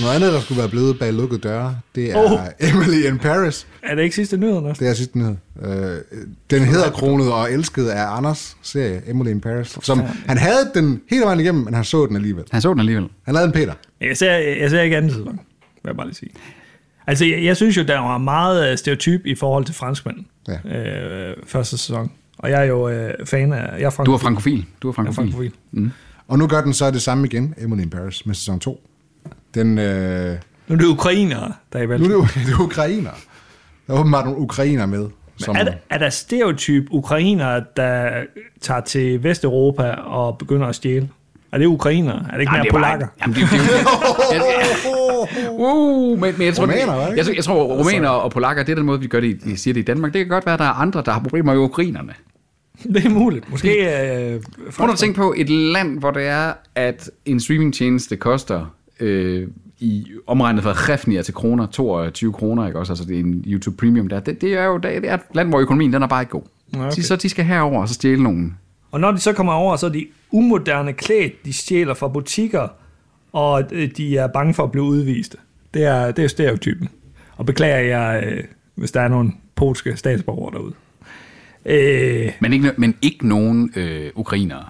S3: Noget andet, der skulle være blevet bag lukkede døre, det er
S1: Oh.
S3: oh. Emily in Paris.
S1: Er det ikke sidste nyhed, Anders?
S3: Det er sidste nyhed. Øh, den hedderkronede og elskede af Anders serie, Emily in Paris. Som han havde den hele vejen igennem, men han så den alligevel.
S2: Han så den alligevel.
S3: Han lavede en Peter.
S1: Jeg ser, jeg ser ikke andet sæson, vil jeg bare lige sige. Altså, jeg, jeg synes jo, der var meget øh, stereotyp i forhold til franskmanden
S3: Ja.
S1: øh, første sæson. Og jeg er jo øh, fan af... Jeg er frank-
S2: Du er frankofil. Du
S1: jeg
S2: er
S1: er
S2: frankofil.
S1: frankofil.
S3: Og nu gør den så det samme igen, Emily in Paris, med sæson 2. Den, øh,
S1: Nu er det ukrainere, der er i
S3: nu er
S1: valg.
S3: det, jo- det er ukrainer. Der er åbenbart nogle ukrainer med. Som,
S1: Er der, er der stereotyp ukrainere, der tager til Vesteuropa og begynder at stjæle? Er det ukrainere? Er det ikke
S2: Nej,
S1: mere
S2: det er
S1: polakker?
S2: bare- Jamen, det, det, det, uh, men, men jeg tror,
S3: Rumæner, var det
S2: jeg,
S3: ikke? Altså-
S2: jeg, tror- jeg tror, rumæner og polakker, det er den måde, vi gør det, i- de siger det i Danmark. Det kan godt være, at der er andre, der har problemer med ukrainerne.
S1: Det er muligt. Måske øh,
S2: Prøv nu at
S1: franskmænd.
S2: tænke på et land, hvor det er, at en streamingtjeneste koster øh, i omregnet fra refnier til kroner, 22 kroner, ikke også? Altså det er en YouTube Premium der. Det, det er jo det er et land, hvor økonomien den er bare ikke god.
S1: okay.
S2: Okay. De, så de skal herover og så stjæle nogen.
S1: Og når de så kommer over, så er de umoderne klædt, de stjæler fra butikker, og øh, de er bange for at blive udvist. Det er, det er stereotypen. Og beklager jeg, øh, hvis der er nogle polske statsborgere derude. Øh,
S2: Men ikke, no- men ikke nogen øh, ukrainere.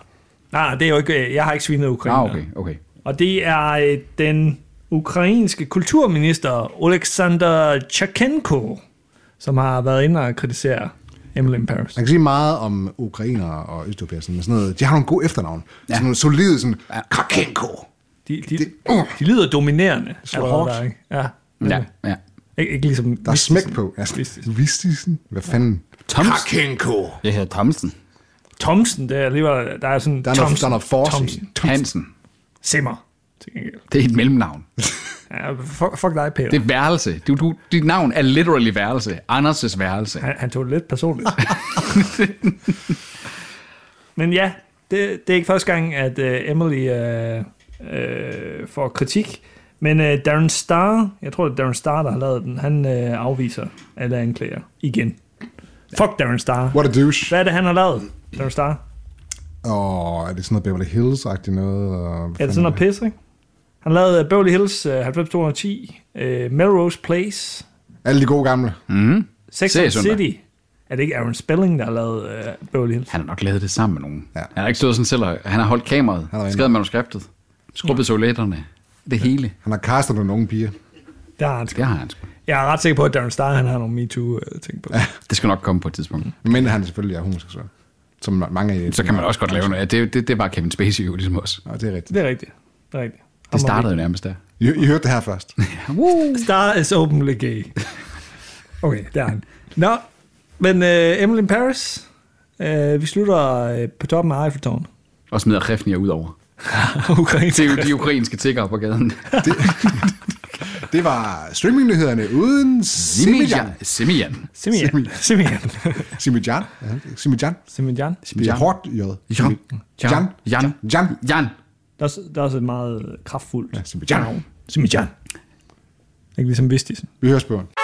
S1: nej, det er jo ikke, øh, jeg har ikke svinet ukrainer.
S2: Ah, okay, okay.
S1: Og det er øh, den ukrainske kulturminister, Oleksandr Tchakenko, som har været inde og kritisere Emily in Paris.
S3: Man kan sige meget om ukrainere og østeuropæere, sådan, men sådan noget, de har nogle gode efternavn. Ja. Sådan nogle solide, sådan, Krakenko.
S1: De, de, de lyder dominerende.
S3: slår
S1: allerede
S3: hårdt.
S1: der, ikke? Ja.
S2: Ja, ja.
S1: Ikke, ikke ligesom
S3: Der er smæk på.
S1: Vistisen.
S3: Vistisen? Hvad fanden?
S2: Thompson.
S3: Krakenko.
S2: Jeg hedder Thompson.
S1: Thomsen, der er alligevel, der er sådan
S3: Der er noget-
S1: Thomsen,
S3: der er noget force i.
S1: Thomsen,
S2: Hansen.
S1: Simmer, til gengæld.
S2: Det er et mellemnavn.
S1: Ja, fuck, fuck dig, Peter.
S2: Det er værelse. Du, du, dit navn er literally værelse. Anders' værelse.
S1: Han, han tog det lidt personligt. Men ja, det, det er ikke første gang, at uh, Emily uh, uh, får kritik. Men uh, Darren Star, jeg tror, det er Darren Star, der har lavet den, han uh, afviser alle anklager igen. Fuck Darren Star.
S3: What a douche.
S1: Hvad er det, han har lavet, Darren Star?
S3: Og er det sådan noget Beverly Hills-agtigt noget? Og,
S1: Er det sådan noget pis, ikke? Han lavede øh, Beverly Hills øh, 90210, øh, Melrose Place,
S3: Alle de gode gamle.
S1: Sex
S2: Se,
S1: and
S2: søndag.
S1: City. Er det ikke Aaron Spelling, der har lavet øh, Beverly Hills?
S2: Han har nok lavet det sammen med nogen.
S3: Ja.
S2: Ja. Han har ikke stået sådan selv. og- Han har holdt kameraet,
S3: har været
S2: skrevet manuskriptet, skrubbet toiletterne, det hele.
S3: Han har castet nogle unge piger.
S1: Der har han sgu.
S2: Det har han sgu.
S1: Jeg er ret sikker på, at Darren Star han har nogle MeToo-ting på. Ja.
S2: Det skal nok komme på et tidspunkt.
S3: Men han selvfølgelig er homoseksuel. Som mange af
S2: Så kan man også godt lave noget. Ja, det, det, det var Kevin Spacey jo ligesom os.
S3: Nå, det er rigtigt.
S1: Det er rigtigt. Det er rigtigt. Ham
S2: Det
S1: og
S2: startede jo nærmest der.
S3: I, I hørte det her først.
S1: Mie. Star is openly gay. Okay, der er han. Nå, men uh, Emily in Paris. Uh, vi slutter uh, på toppen af Eiffeltårnet.
S2: Og smider Refnir ud over.
S1: Ukraine.
S2: Det er jo de ukrainske tiggere på gaden.
S3: Det var streamingnyhederne uden Simijan.
S2: Simijan.
S1: Simian. Simian.
S3: Simijan. Ja, Simijan.
S1: Simian.
S3: Det er hårdt j.
S2: Jan.
S3: Jan.
S2: Jan.
S3: Jan.
S1: Der
S2: Jan.
S1: er, også- der er også et meget kraftfuldt
S3: Simijan.
S1: navn. Simian. Ikke ligesom Vistisen.
S3: Vi hører spørgsmål.